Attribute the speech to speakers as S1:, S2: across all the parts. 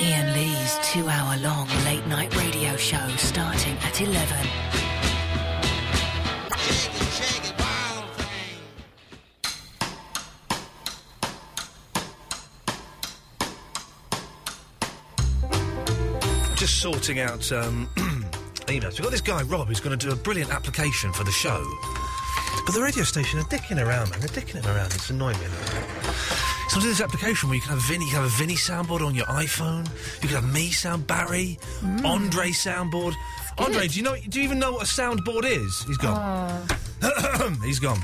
S1: Ian Lee's two hour long late night radio show starting at 11.
S2: Just sorting out um, emails. We've got this guy, Rob, who's going to do a brilliant application for the show. But the radio station are dicking around, man. They're dicking it around. It's annoying me. a little bit. So do this application where you can have Vinny, you can have a Vinny soundboard on your iPhone. You can have me sound, Barry, Andre soundboard. Andre, do you know? Do you even know what a soundboard is? He's gone. He's gone.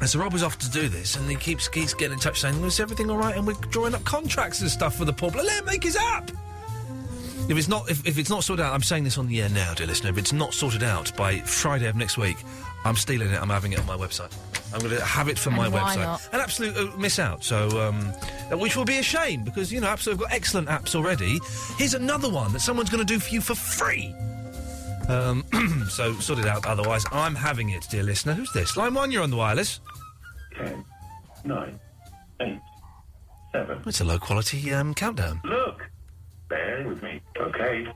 S2: And so Rob was off to do this, and he keeps keeps getting in touch saying, "Is everything all right?" And we're drawing up contracts and stuff for the poor. bloke. Let him make his app. If it's not if, if it's not sorted out, I'm saying this on the air now, dear listener. If it's not sorted out by Friday of next week, I'm stealing it. I'm having it on my website. I'm going to have it for my
S3: why
S2: website.
S3: not?
S2: An absolute uh, miss out. So, um, uh, which will be a shame because you know, absolute have got excellent apps already. Here's another one that someone's going to do for you for free. Um, so sort it out. Otherwise, I'm having it, dear listener. Who's this? Line one, you're on the wireless.
S4: Ten, nine, eight, seven.
S2: It's a low quality um, countdown.
S4: Look! Bear with me. Okay.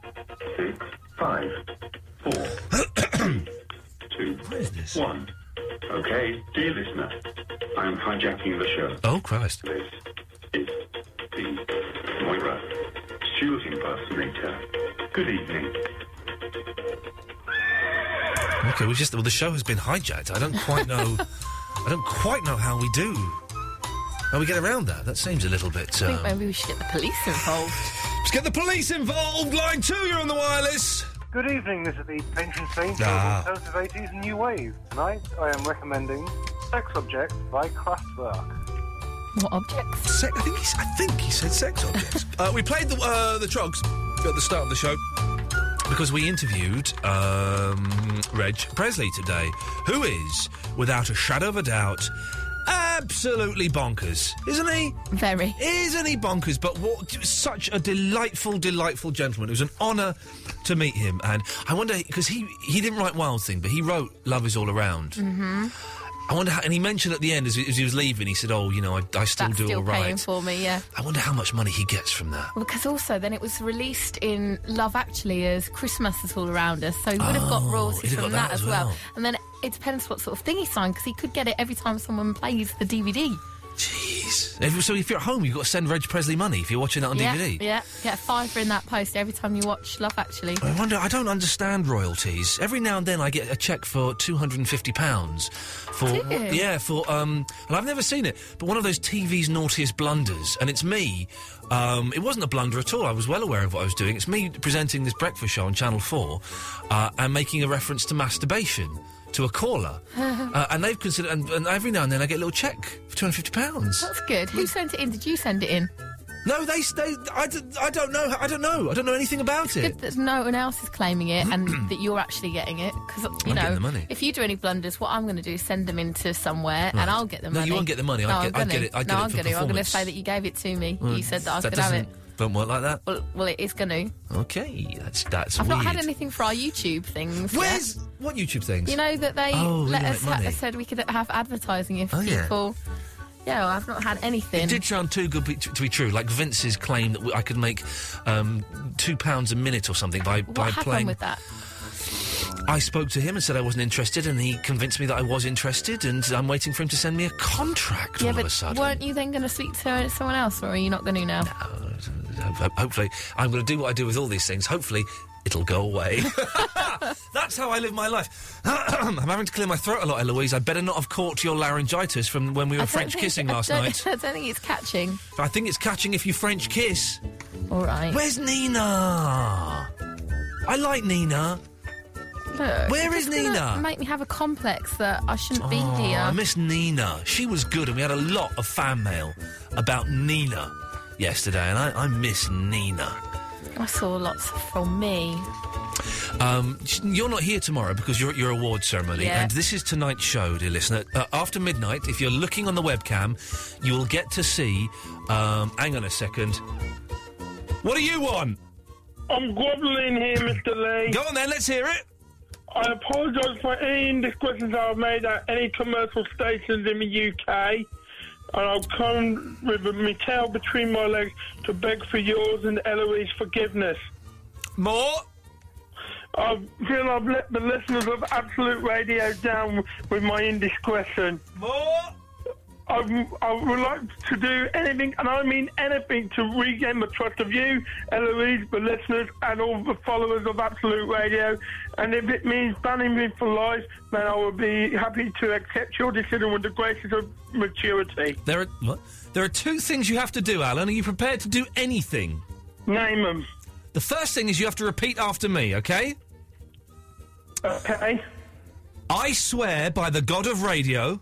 S4: Six, five, four, three, two, one. Okay, dear listener, I'm hijacking the show.
S2: Oh Christ!
S4: This is the Moira Stewart impersonator. Good evening.
S2: Okay, we just well, the show has been hijacked. I don't quite know. I don't quite know how we do. How we get around that? That seems a little bit.
S5: I think
S2: Um,
S5: maybe we should get the police involved.
S2: let's get the police involved. Line two, you're on the wireless.
S6: Good evening, this is the Pension Saint
S2: Ah.
S6: of Alternative 80s and New Wave. Tonight I am recommending Sex Objects by Kraftwerk.
S5: What objects?
S2: Se- I think he's, I think he said sex objects. uh, we played the uh, the trogs at the start of the show because we interviewed um, Reg Presley today, who is, without a shadow of a doubt, absolutely bonkers, isn't he?
S5: Very.
S2: Isn't he bonkers? But what such a delightful, delightful gentleman. It was an honour to meet him, and I wonder because he he didn't write Wild Thing, but he wrote Love Is All Around.
S5: Mm-hmm.
S2: I wonder, how, and he mentioned at the end as, he- as he was leaving, he said, "Oh, you know, I, I still
S5: That's
S2: do
S5: still
S2: all
S5: paying
S2: right."
S5: for me, yeah.
S2: I wonder how much money he gets from that.
S5: Because also, then it was released in Love Actually as Christmas is all around us, so he would have got royalties
S2: he'd have
S5: from
S2: Oh, got
S5: that, as well. And then it depends what sort of thing he signed, because he could get it every time someone plays the DVD.
S2: If- so if you're at home, you've got to send Reg Presley money if you're watching that on
S5: yeah,
S2: DVD.
S5: yeah, get a fiver in that post every time you watch Love Actually.
S2: I wonder. I don't understand royalties. Every now and then, I get a check for two hundred and fifty pounds for
S5: Do you?
S2: yeah for um. And I've never seen it, but one of those TV's naughtiest blunders, and it's me. Um, it wasn't a blunder at all. I was well aware of what I was doing. It's me presenting this breakfast show on Channel Four, uh, and making a reference to masturbation to a caller, uh, and they've considered. And, and every now and then, I get a little check for two hundred fifty pounds.
S5: That's good. Who sent it in? Did you send it in?
S2: No, they, they I, d- I don't know. I don't know. I don't know anything about it.
S5: Good that no one else is claiming it and that you're actually getting it because you
S2: I'm
S5: know
S2: getting the money.
S5: if you do any blunders, what I'm going to do is send them into somewhere
S2: Right.
S5: and I'll get the
S2: No,
S5: money.
S2: you won't get the money. I'd
S5: No,
S2: get-
S5: I'm
S2: I'd
S5: gonna.
S2: get it- I'd
S5: no,
S2: get it
S5: I'm
S2: for
S5: gonna. I'm going to
S2: performance.
S5: say that you gave it to me.
S2: Well,
S5: you said that I was
S2: that
S5: going to have it.
S2: doesn't- Don't work like that.
S5: Well, well, it is going to.
S2: Okay, that's that's
S5: I've
S2: weird.
S5: not had anything for our YouTube things. yet.
S2: Where's what YouTube things?
S5: You know that they
S2: Oh, we
S5: let
S2: like
S5: us ha-
S2: money.
S5: said we could have advertising if
S2: Oh, yeah.
S5: people. Yeah, well, I've not had anything.
S2: It did sound too good be- to be true. Like Vince's claim that w- I could make um, two pounds a minute or something by
S5: what
S2: by
S5: happened
S2: playing.
S5: with that?
S2: I spoke to him and said I wasn't interested, and he convinced me that I was interested, and I'm waiting for him to send me a contract
S5: yeah,
S2: all of a
S5: but
S2: sudden.
S5: weren't you then going to speak to someone else, or are you not going to now?
S2: Ho- Hopefully, I'm going to do what I do with all these things. Hopefully, it'll go away. That's how I live my life. I'm having to clear my throat a lot, Eloise. I better not have caught your laryngitis from when we
S5: I
S2: were
S5: don't
S2: French
S5: think-
S2: kissing
S5: I
S2: last
S5: don't-
S2: night.
S5: I don't think it's catching.
S2: I think it's catching if you French kiss.
S5: All right.
S2: Where's Nina? I like Nina.
S5: Look,
S2: Where
S5: you're
S2: is
S5: just gonna
S2: Nina?
S5: Make me have a complex that I shouldn't be
S2: Oh,
S5: here.
S2: I miss Nina. She was good, and we had a lot of fan mail about Nina yesterday, and I, I miss Nina.
S5: I saw lots from me.
S2: Um, sh- you're not here tomorrow because you're at your award ceremony,
S5: Yeah.
S2: and this is tonight's show, dear listener. Uh, after midnight, if you're looking on the webcam, you'll get to see. Um, hang on a second. What do you want?
S7: I'm grovelling here, Mr. Lee.
S2: Go on then, let's hear it.
S7: I apologise for any indiscretions I've made at any commercial stations in the UK. and I'll come with my tail between my legs to beg for yours and Eloise forgiveness.
S2: More.
S7: I feel I've let the listeners of Absolute Radio down with my indiscretion.
S2: More.
S7: I, I would like to do anything, and I mean anything, to regain the trust of you, Eloise, the listeners, and all the followers of Absolute Radio. And if it means banning me for life, then I will be happy to accept your decision with the graces of maturity.
S2: There are what? there are two things you have to do, Alan. Are you prepared to do anything?
S7: Name them.
S2: The first thing is you have to repeat after me, okay?
S7: Okay.
S2: I swear by the god of radio.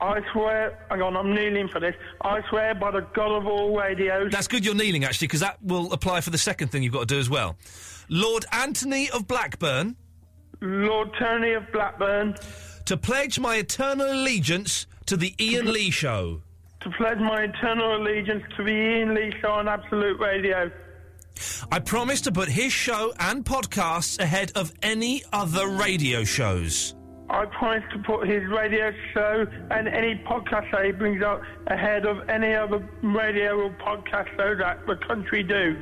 S7: I swear, hang on, I'm kneeling for this. I swear by the God of all radios.
S2: That's good you're kneeling, actually, because that will apply for the second thing you've got to do as well. Lord Anthony of Blackburn.
S7: Lord Tony of Blackburn.
S2: To pledge my eternal allegiance to the Ian Lee Show.
S7: to pledge my eternal allegiance to the Ian Lee Show on Absolute Radio.
S2: I promise to put his show and podcasts ahead of any other radio shows.
S7: I promise to put his radio show and any podcast that he brings out ahead of any other radio or podcast show that the country do.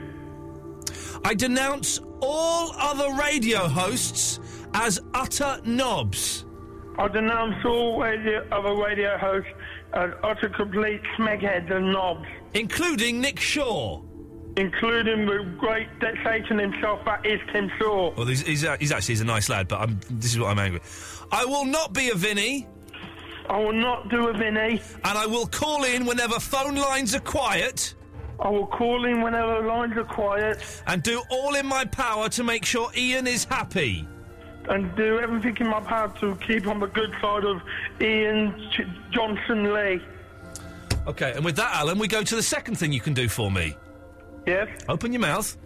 S2: I denounce all other radio hosts as utter knobs.
S7: I denounce all radio, other radio hosts as utter complete smegheads and knobs,
S2: Including Nick Shaw.
S7: including the great de- Satan himself, that is Tim Shaw.
S2: Well, he's, he's, a- he's actually he's a nice lad, but I'm, this is what I'm angry. I will not be a Vinny,
S7: I will not do a Vinny.
S2: and I will call in whenever phone lines are quiet,
S7: I will call in whenever lines are quiet
S2: and do all in my power to make sure Ian is happy.
S7: and do everything in my power to keep on the good side of Ian Ch- Johnson Lee.
S2: Okay, and with that, Alan, we go to the second thing you can do for me.
S7: Yes,
S2: Open your mouth,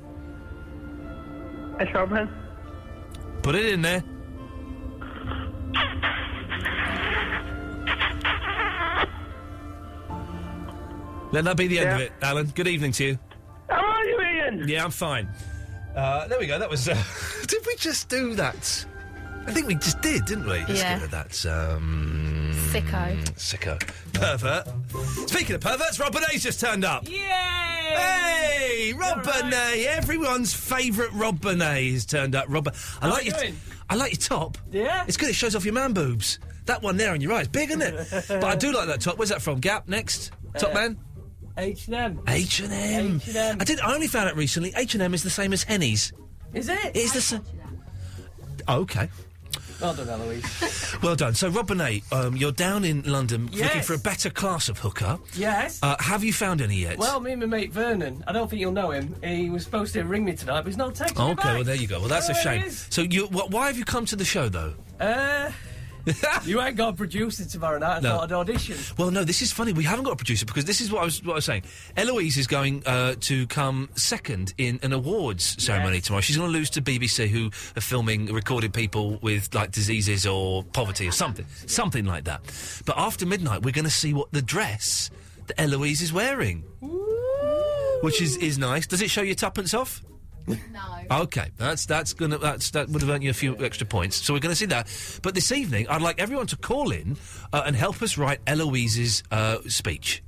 S7: it's open.
S2: put it in there. Let that be the end of
S7: Yeah.
S2: it, Alan. Good evening to you.
S7: How are you, Ian?
S2: Yeah, I'm fine. Uh, there we go. That was. Uh, did we just do that? I think we just did, didn't we? Let's
S5: Yeah.
S2: give it that. Um,
S5: Sicko.
S2: sicko. Pervert. Speaking of perverts, Rob Bonet's just turned up.
S5: Yay!
S2: Hey, Rob Bonet. Everyone's favourite Rob Bonet has turned up. Rob, I like
S3: you
S2: your.
S3: doing?
S2: I like your top.
S3: Yeah?
S2: It's good. It shows off your man boobs. That one there on your eyes, big, isn't it? but I do like that top. Where's that from? Gap next. Top
S3: Uh,
S2: man.
S3: H&M.
S2: H and M.
S3: H&M.
S2: I did. I only found out recently. H and M is the same as Henny's.
S3: Is it?
S2: It is the same. Oh, Okay.
S3: Well done, Eloise.
S2: Well done. So, Robinette, um, you're down in London looking
S3: Yes.
S2: for a better class of hooker.
S3: yes.
S2: Uh, have you found any yet?
S3: well, me and my mate Vernon, I don't think you'll know him. He was supposed to ring me tonight, but he's not texting me
S2: Okay,
S3: back.
S2: well, there you go. Well, that's a
S3: Oh, there
S2: shame.
S3: he is.
S2: So, you, wh- why have you come to the show, though?
S3: Uh, you ain't got a producer tomorrow night. I
S2: No.
S3: thought I'd audition.
S2: Well, no, this is funny. We haven't got a producer because this is what I was, what I was saying. Eloise is going uh, to come second in an awards ceremony tomorrow. She's going to lose to BBC, who are filming recorded people with like diseases or poverty or something, something like that. But after midnight, we're going to see what the dress that Eloise is wearing, which is is nice. Does it show your tuppence off?
S5: No.
S2: Okay, that's that's gonna that's that would have earned you a few extra points. So we're going to see that. But this evening, I'd like everyone to call in uh, and help us write Eloise's uh, speech.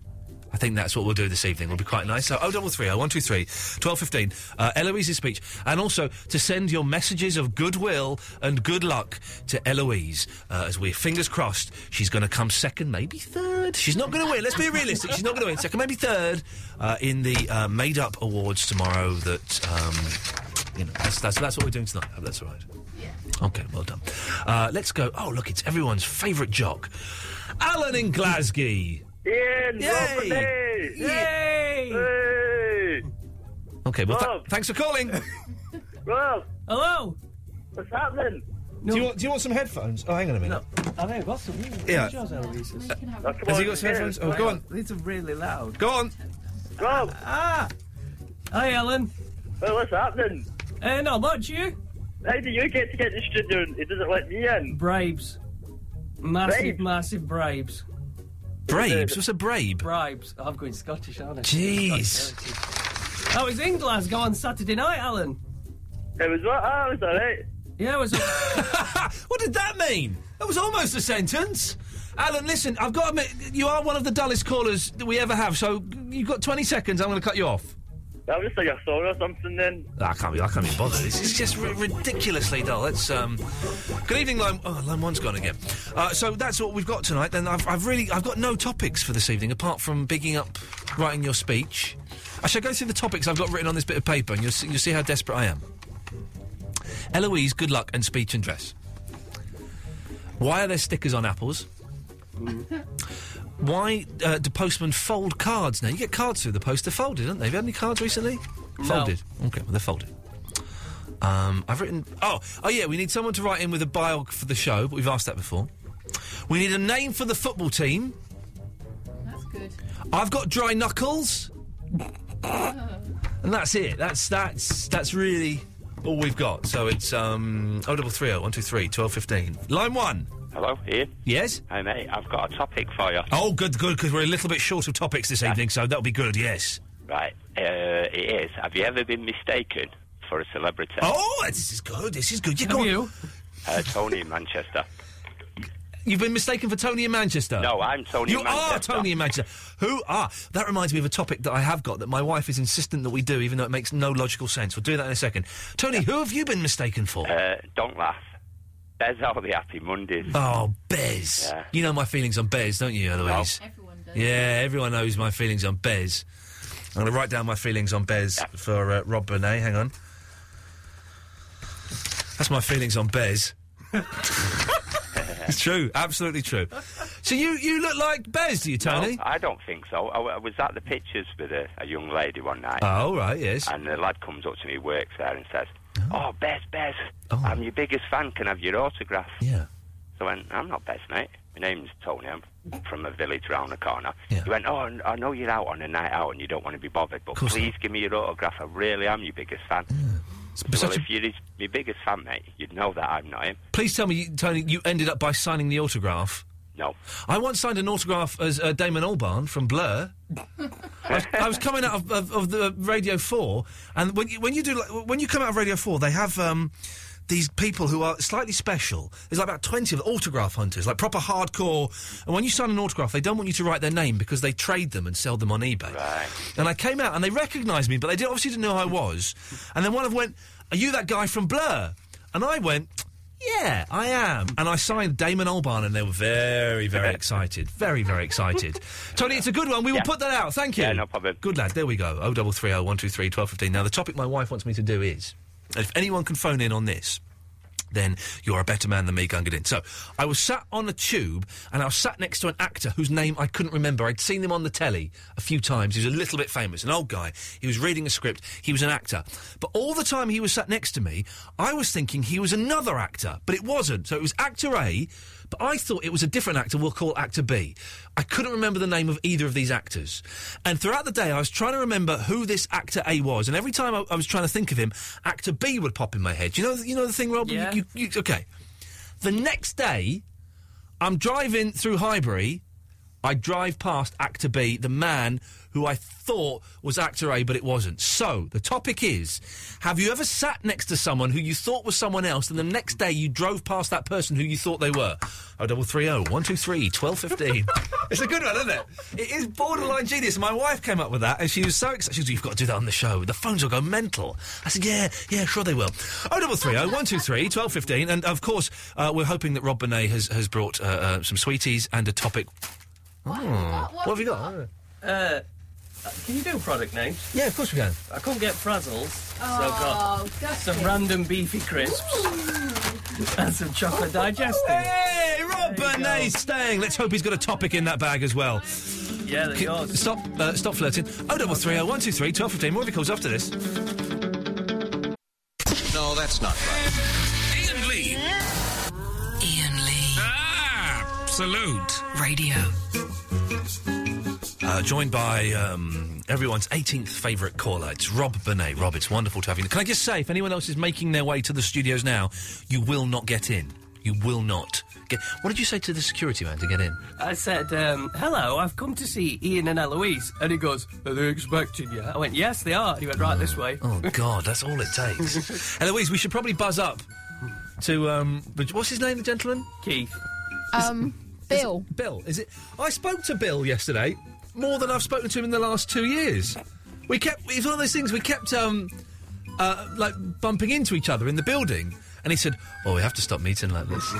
S2: I think that's what we'll do this evening. Will be quite nice. So oh double three oh one two three twelve fifteen. Uh, Eloise's speech, and also to send your messages of goodwill and good luck to Eloise. Uh, as we're fingers crossed, she's going to come second, maybe third. She's not going to win. Let's be realistic. She's not going to win. Second, maybe third uh, in the uh, made up awards tomorrow. That um, you know, that's, that's, that's what we're doing tonight. I hope That's all right. Yeah. Okay, well done. Uh, let's go. Oh, look, it's everyone's favourite jock, Alan in Glasgow.
S7: Ian,
S2: Yay.
S7: Robinette.
S3: Yay!
S7: Hey,
S2: Okay, well, tha-
S7: Rob.
S2: thanks for calling.
S7: Rob,
S3: Hello.
S7: what's happening?
S2: do, you want, do you want some headphones? Oh, hang on a minute.
S3: I know, what's the
S2: Yeah.
S3: Yours, Eloise. is-
S7: That's
S2: Has he got some headphones? Oh, go on.
S3: These are really loud.
S2: Go on.
S7: Rob,
S3: Ah. Hi, Ellen.
S7: well, what's happening?
S3: Uh, not much, you?
S7: How do you get to get in the studio and it doesn't let me in?
S3: Bribes. Massive,
S7: Bribes?
S3: massive bribes.
S2: Brabes. What's a brabe?
S3: Bribes. Oh, I'm going Scottish, aren't I?
S2: Jeez.
S3: Scottish heritage. I was in Glasgow on Saturday night, Alan.
S7: It was what? Ah, it was alright.
S3: Yeah, I was.
S2: what did that mean? That was almost a sentence. Alan, listen, I've got to admit, you are one of the dullest callers that we ever have, so you've got 20 seconds, I'm going to cut you off.
S8: That was just like a sore or something then.
S2: I can't be, I can't be bothered. This is just ri ridiculously dull. Let's, um... Good evening, Lime... Oh, Lime One's gone again. Uh, so that's what we've got tonight, then I've, I've really... I've got no topics for this evening, apart from bigging up writing your speech. I shall go through the topics I've got written on this bit of paper, and you'll see, you'll see how desperate I am. Eloise, good luck, and speech and dress. Why are there stickers on apples? Why uh, do postmen fold cards now? You get cards through the post, they're folded, aren't they? Have you had any cards recently?
S9: No.
S2: Folded. Okay, well, they're folded. Um, I've written. Oh, oh yeah, we need someone to write in with a bio for the show, but we've asked that before. We need a name for the football team.
S5: That's good.
S2: I've got dry knuckles. And that's it. That's that's that's really all we've got. So it's um oh double three oh one two three twelve fifteen. Line one.
S10: Hello, Ian.
S2: Yes.
S10: Hey mate, I've got a topic for you.
S2: Oh, good, good, because we're a little bit short of topics this evening, so that'll be good. Yes.
S10: Right, uh, it is. Have you ever been mistaken for a celebrity?
S2: Oh, this is good. This is good. You go on.
S10: Uh, Tony in Manchester.
S2: You've been mistaken for Tony in Manchester.
S10: No, I'm Tony
S2: You
S10: in
S2: are
S10: Manchester.
S2: Tony in Manchester. Who are? That reminds me of a topic that I have got that my wife is insistent that we do, even though it makes no logical sense. We'll do that in a second. Tony, who have you been mistaken for?
S10: Uh, don't laugh. There's all the happy Mondays.
S2: Oh, Bez.
S10: Yeah.
S2: You know my feelings on Bez, don't you, Eloise? Everyone does. Yeah, everyone knows my feelings on Bez. I'm going to write down my feelings on Bez for uh, Rob Bernay. Hang on. That's my feelings on Bez. it's true, absolutely true. So you, you look like Bez, do you, Tony?
S10: No, I don't think so. I, w- I was at the pictures with a, a young lady one night.
S2: Oh, right, yes.
S10: And the lad comes up to me, who works there, and says, "Oh, Bez, Bez, I'm your biggest fan. Can I have your autograph?"
S2: Oh. Yeah.
S10: So I went, "I'm not Bez, mate. My name's Tony. I'm from a village round the corner." He went, "Oh, I- I know you're out on a night out and you don't want to be bothered, but
S2: Course
S10: please give me your autograph. I really am your biggest fan."
S2: But
S10: Well,
S2: such a-
S10: if you're his, my biggest fan, mate, you'd know that I'm not him.
S2: Please tell me, you- Tony, you ended up by signing the autograph.
S10: No.
S2: I once signed an autograph as uh, Damon Albarn from Blur. I, was, I was coming out of, of, of the Radio Four, and when you, when you do like, when you come out of Radio Four, they have um, these people who are slightly special. There's like about twenty of them, autograph hunters, like proper hardcore. And when you sign an autograph, they don't want you to write their name because they trade them and sell them on eBay. Right. And I came out and they recognised me, but they did, obviously didn't know who I was. And then one of them went, "Are you that guy from Blur?" And I went. Yeah, I am. And I signed Damon Albarn, and they were very, very excited. Very, very excited. Tony, it's a good one. We will put that out. Thank you. Yeah, no problem. Good lad. There we go. Oh, double three, oh, one, two, three, twelve, fifteen. Now, the topic my wife wants me to do is, and if anyone can phone in on this, then you're a better man than me, Gungadin. So, I was sat on a tube, and I was sat next to an actor whose name I couldn't remember. I'd seen him on the telly a few times. He was a little bit famous, an old guy. He was reading a script. He was an actor. But all the time he was sat next to me, I was thinking he was another actor, but it wasn't. So, it was actor A, but I thought it was a different actor we'll call actor B. I couldn't remember the name of either of these actors. And throughout the day, I was trying to remember who this actor A was. And every time I, I was trying to think of him, actor B would pop in my head. You know, you know the thing, Rob? You-
S3: Yeah.
S2: you- you- okay. The next day, I'm driving through Highbury. I drive past actor B, the man who I thought was actor A, but it wasn't. So, the topic is have you ever sat next to someone who you thought was someone else, and the next day you drove past that person who you thought they were? Oh, double three oh one two three twelve fifteen. It's a good one, isn't it? It is borderline genius. My wife came up with that, and she was so excited. She was, "You've got to do that on the show. The phones will go mental." I said, "Yeah, yeah, sure they will." Oh, double three oh one two three twelve fifteen, and of course, uh, we're hoping that Rob Bonet has has brought uh, uh, some sweeties and a topic. Oh,
S3: got?
S2: what have you got?
S3: Uh, can you do product names?
S2: Yeah, of course we can.
S3: I couldn't get frazzles, so
S5: Oh,
S3: I've got
S5: gutted.
S3: some random beefy crisps and some chocolate digestive.
S2: Hey, Rob Bernay's staying. Let's hope he's got a topic in that bag as well.
S3: Yeah, they're
S2: K-
S3: yours.
S2: Stop, uh, stop flirting. Oh, double three, oh, one, two, three, twelve, fifteen. More of your calls after this.
S11: No, that's not right. Ian Lee.
S1: Ian Lee.
S11: Absolute.
S1: Radio.
S2: Uh, joined by um, everyone's 18th favourite caller. It's Rob Bernay. Rob, it's wonderful to have you. Can I just say, if anyone else is making their way to the studios now, you will not get in. You will not. Get... What did you say to the security man to get in?
S3: I said, um, hello, I've come to see Ian and Eloise. And he goes, are they expecting you? I went, yes, they are. He went, right this way.
S2: Oh, God, that's all it takes. Eloise, we should probably buzz up to. Um, but what's his name, the gentleman?
S3: Keith.
S5: Um, Bill.
S2: Bill, is it? I spoke to Bill yesterday more than I've spoken to him in the last two years. We kept. It's one of those things we kept um, uh, like bumping into each other in the building, and he said, "Oh, we have to stop meeting like this."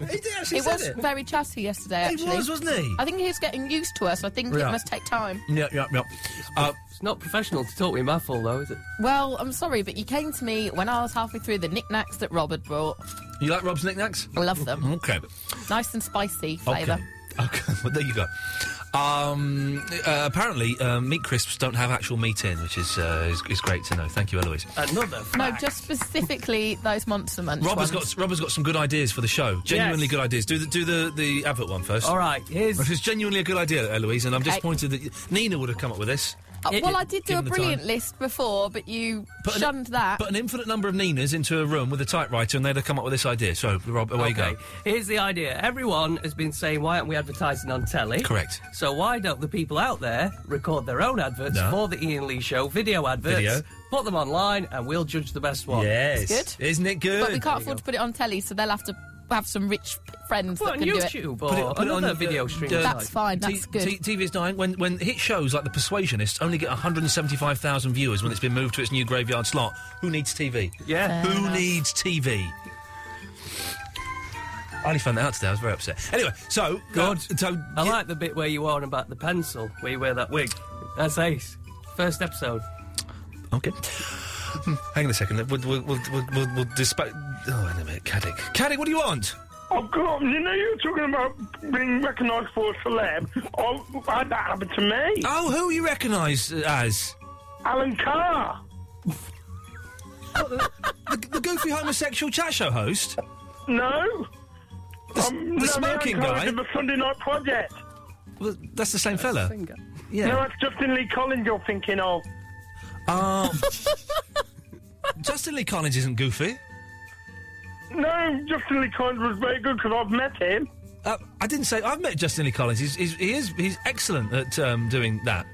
S2: he did actually.
S5: He
S2: said
S5: was
S2: it.
S5: very chatty yesterday,
S2: He
S5: actually.
S2: was, wasn't he?
S5: I think he was getting used to us. I think
S3: Yeah.
S5: it must take time.
S2: Yeah, yeah, yeah.
S3: it's not professional to talk with my full though, is it?
S5: Well, I'm sorry, but you came to me when I was halfway through the knickknacks that Rob had brought.
S2: You like Rob's knickknacks?
S5: I love them.
S2: Okay.
S5: Nice and spicy flavour.
S2: Okay. okay. Well, there you go. Um, uh, apparently, uh, meat crisps don't have actual meat in, which is, uh, is is great to know. Thank you, Eloise.
S3: Another.
S5: No, just specifically those monster munch
S2: Rob has
S5: ones.
S2: got Rob has got some good ideas for the show. Genuinely
S3: Yes.
S2: good ideas. Do the do the the advert one first.
S3: All right, here's-
S2: If it's genuinely a good idea, Eloise, and I'm
S5: Okay.
S2: disappointed that y- Nina would have come up with this.
S5: Uh, well, I did do a
S2: Given the time.
S5: brilliant list before, but you
S2: Put an-
S5: shunned that.
S2: Put an infinite number of Ninas into a room with a typewriter, and they'd have come up with this idea. So, Rob, away
S3: okay.
S2: you go.
S3: Here's the idea. Everyone has been saying, why aren't we advertising on telly?
S2: Correct.
S3: So why don't the people out there record their own adverts
S2: No.
S3: for the Ian Lee Show, video adverts,
S2: Video.
S3: put them online, and we'll judge the best one.
S2: Yes.
S5: It's
S2: good. Isn't it good?
S5: but we can't afford to put it on telly, so they'll have to have some rich p- friends
S3: Put
S5: that
S3: on
S5: can
S3: YouTube
S5: do it.
S3: or
S2: Put it- put it on
S3: another
S2: the-
S3: video stream.
S2: the-
S5: That's fine. That's good.
S2: T- TV is dying. When when hit shows like The Persuasionists only get 175,000 viewers when it's been moved to its new graveyard slot, who needs TV?
S3: Yeah.
S2: who
S3: enough.
S2: needs TV? I only found that out today. I was very upset. Anyway, so uh,
S3: Good.
S2: so
S3: I like the bit where you are on about the pencil, where you wear that wig. That's ace. First episode.
S2: Okay. Hang on a second. We'll, we'll, we'll, we'll, we'll, we'll dispatch. Oh, wait a minute, Caddick. Caddick, what do you want?
S7: Oh God! You know you're talking about being recognised for a celeb. Oh, why'd that happen to me?
S2: Oh, who are you recognised as?
S7: Alan Carr.
S2: the, the goofy homosexual chat show host?
S7: No.
S2: The, s-
S7: Um, no,
S2: the smoking
S7: Alan Carr
S2: guy?
S7: did the Sunday Night Project.
S2: Well, that's the same fella. Yeah.
S7: No, that's Justin Lee Collins you're thinking of.
S2: Um, Justin Lee Collins isn't goofy.
S7: No, Justin Lee Collins was very good because I've met him.
S2: Uh, I didn't say I've met Justin Lee Collins. He's, he's, he is he's excellent at um, doing that.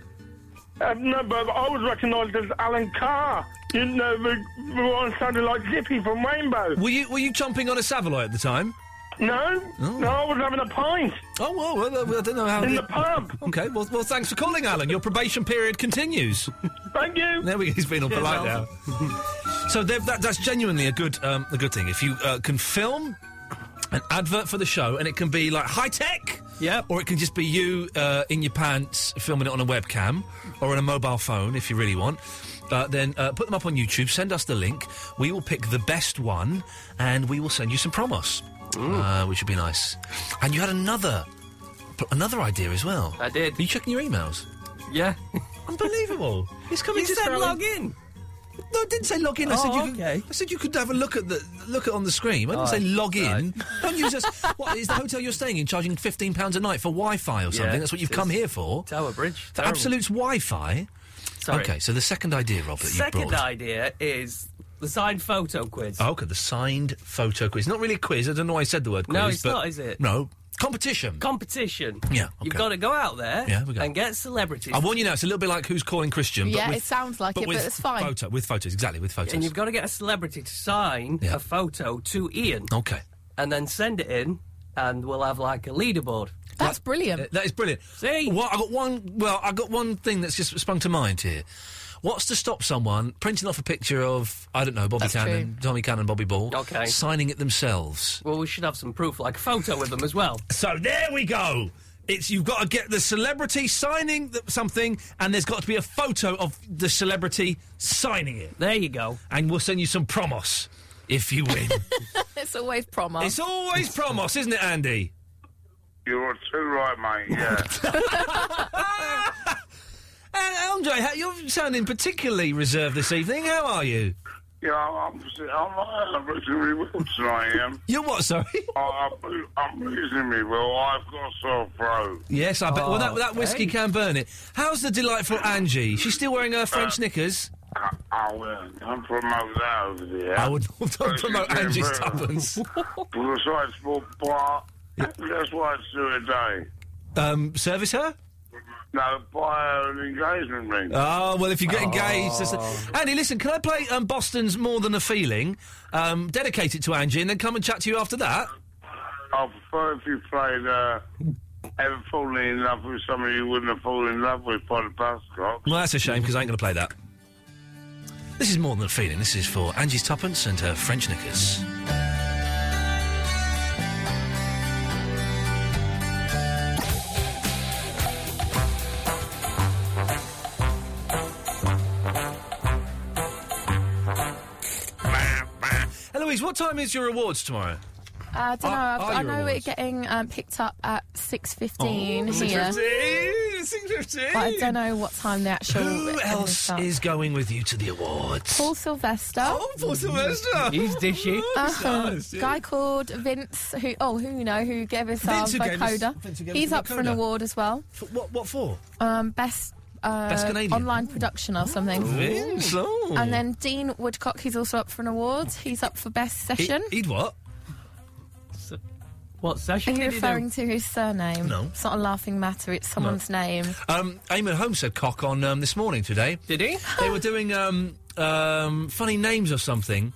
S7: Uh, no, but I was recognised as Alan Carr. You know, the, the one sounded like Zippy from Rainbow.
S2: Were you were you chomping on a Savaloy at the time?
S7: No, no, I was having a pint.
S2: Oh well, well, well I don't know how.
S7: In
S2: the-
S7: the pub.
S2: Okay, well, well, thanks for calling, Alan. Your probation period continues.
S7: Thank you.
S2: There we go. He's been all
S7: Cheers,
S2: polite now.
S7: Alan.
S2: so there- that, that's genuinely a good um, a good thing. If you uh, can film an advert for the show, and it can be like high tech, yeah, or it can just be you uh, in your pants filming it on a webcam or on a mobile phone if you really want. Uh, then uh, put them up on YouTube. Send us the link. We will pick the best one, and we will send you some promos, uh, which would be nice. And you had another another idea as well. I
S3: did.
S2: Are you checking your emails?
S3: Yeah.
S2: Unbelievable. It's coming
S3: You
S2: just
S3: said
S2: for Alan.
S3: log in.
S2: No, I didn't say log in. I
S3: Oh,
S2: said you could, I said you could have a look at the look at on the screen. I didn't
S3: Oh,
S2: say log in. Don't use us. What is the hotel you're staying in charging fifteen pounds a night for Wi-Fi or something?
S3: Yeah,
S2: That's what you've
S3: it
S2: come
S3: is.
S2: here for.
S3: Tower Bridge.
S2: For
S3: Terrible.
S2: Absolute's Wi-Fi.
S3: Sorry.
S2: Okay, so the second idea, Rob, that you
S3: Second
S2: brought.
S3: idea is the signed photo quiz.
S2: Oh, okay, the signed photo quiz. Not really a quiz. I don't know why I said the word quiz.
S3: No, it's
S2: but-
S3: not, is it?
S2: No, competition.
S3: Competition.
S2: Yeah,
S3: You've
S2: okay.
S3: got to go out there
S2: Yeah, we go.
S3: and get celebrities.
S2: I warn you now. It's a little bit like who's calling Christian. but
S5: Yeah,
S2: with-
S5: it sounds like it,
S2: with
S5: but it's fine.
S2: Photo, with photos, exactly with photos.
S3: and you've got to get a celebrity to sign
S2: Yeah.
S3: a photo to Ian
S2: Okay.
S3: and then send it in, and we'll have like a leaderboard.
S5: That's brilliant.
S2: Uh, That is brilliant. See, well, I got one. Well, I got one thing that's just sprung to mind here. What's to stop someone printing off a picture of I don't know Bobby
S3: That's
S2: Cannon, Tommy Cannon, Bobby Ball,
S3: Okay.
S2: signing it themselves?
S3: Well, we should have some proof, like a photo with them as well.
S2: So there we go. It's you've got to get the celebrity signing th- something, and there's got to be a photo of the celebrity signing it.
S3: There you go.
S2: And we'll send you some promos if you win.
S5: it's always promo.
S2: it's always promos, isn't it, Andy?
S9: You're too right, mate. Yeah.
S2: Uh, Andre, how, you're sounding particularly reserved this evening. How are you?
S9: yeah, I'm, I'm, I'm reasonably well tonight, I am.
S2: You're what, sorry?
S9: I, I'm, I'm reasonably well. I've got a sore throat. Oh,
S2: Yes, I bet. well, that, that
S9: okay.
S2: whiskey can burn it. How's the delightful Angie? She's still wearing her French knickers.
S9: I, I will. Don't promote that over there.
S2: I would not don't promote Angie Stubbins.
S9: Because I small part. That's why it's doing today.
S2: Um, service her?
S9: No, buy an engagement ring.
S2: Oh, well, if you get engaged. that's
S9: Oh.
S2: the- Andy, listen, can I play um, Boston's More Than a Feeling? Um, dedicate it to Angie and then come and chat to you after that?
S9: I prefer if you played uh, Ever Falling in Love with Somebody You Wouldn't Have Fallen in Love with by the Buzzcocks.
S2: Well, that's a shame because I ain't going to play that. This is more than a feeling. This is for Angie's Tuppence and her French knickers. Eloise, what time is your awards tomorrow?
S5: Uh, I don't know.
S2: Are-
S5: I've,
S2: are
S5: I
S2: your
S5: know we're
S2: awards?
S5: getting um, picked up at six fifteen
S2: Oh,
S5: here.
S2: 6:15, 6:15.
S5: But I don't know what time the actual.
S2: Who
S5: event
S2: else
S5: starts.
S2: is going with you to the awards?
S5: Paul Sylvester. Oh,
S2: Paul Sylvester. He's dishy.
S5: Uh-huh.
S2: Nice, yeah.
S5: Guy called Vince, who oh, who you know, who gave us
S2: Vince who
S5: our
S2: gave us-
S5: vocoder.
S2: Vince who gave us
S5: He's
S2: the
S5: up for an
S2: vocoder.
S5: award as well.
S2: For what? What for?
S5: Um, best. Uh,
S2: Best Canadian.
S5: Online production or something.
S2: Vince, oh.
S5: And then Dean Woodcock, he's also up for an award. He's up for best session.
S2: He'd what?
S3: What session
S5: Are you
S3: did he do?
S5: referring to his surname?
S2: No.
S5: It's not a laughing matter, it's someone's name.
S2: Um, Eamon Holmes said cock on um, this morning today.
S3: Did he?
S2: They were doing um, um, funny names or something.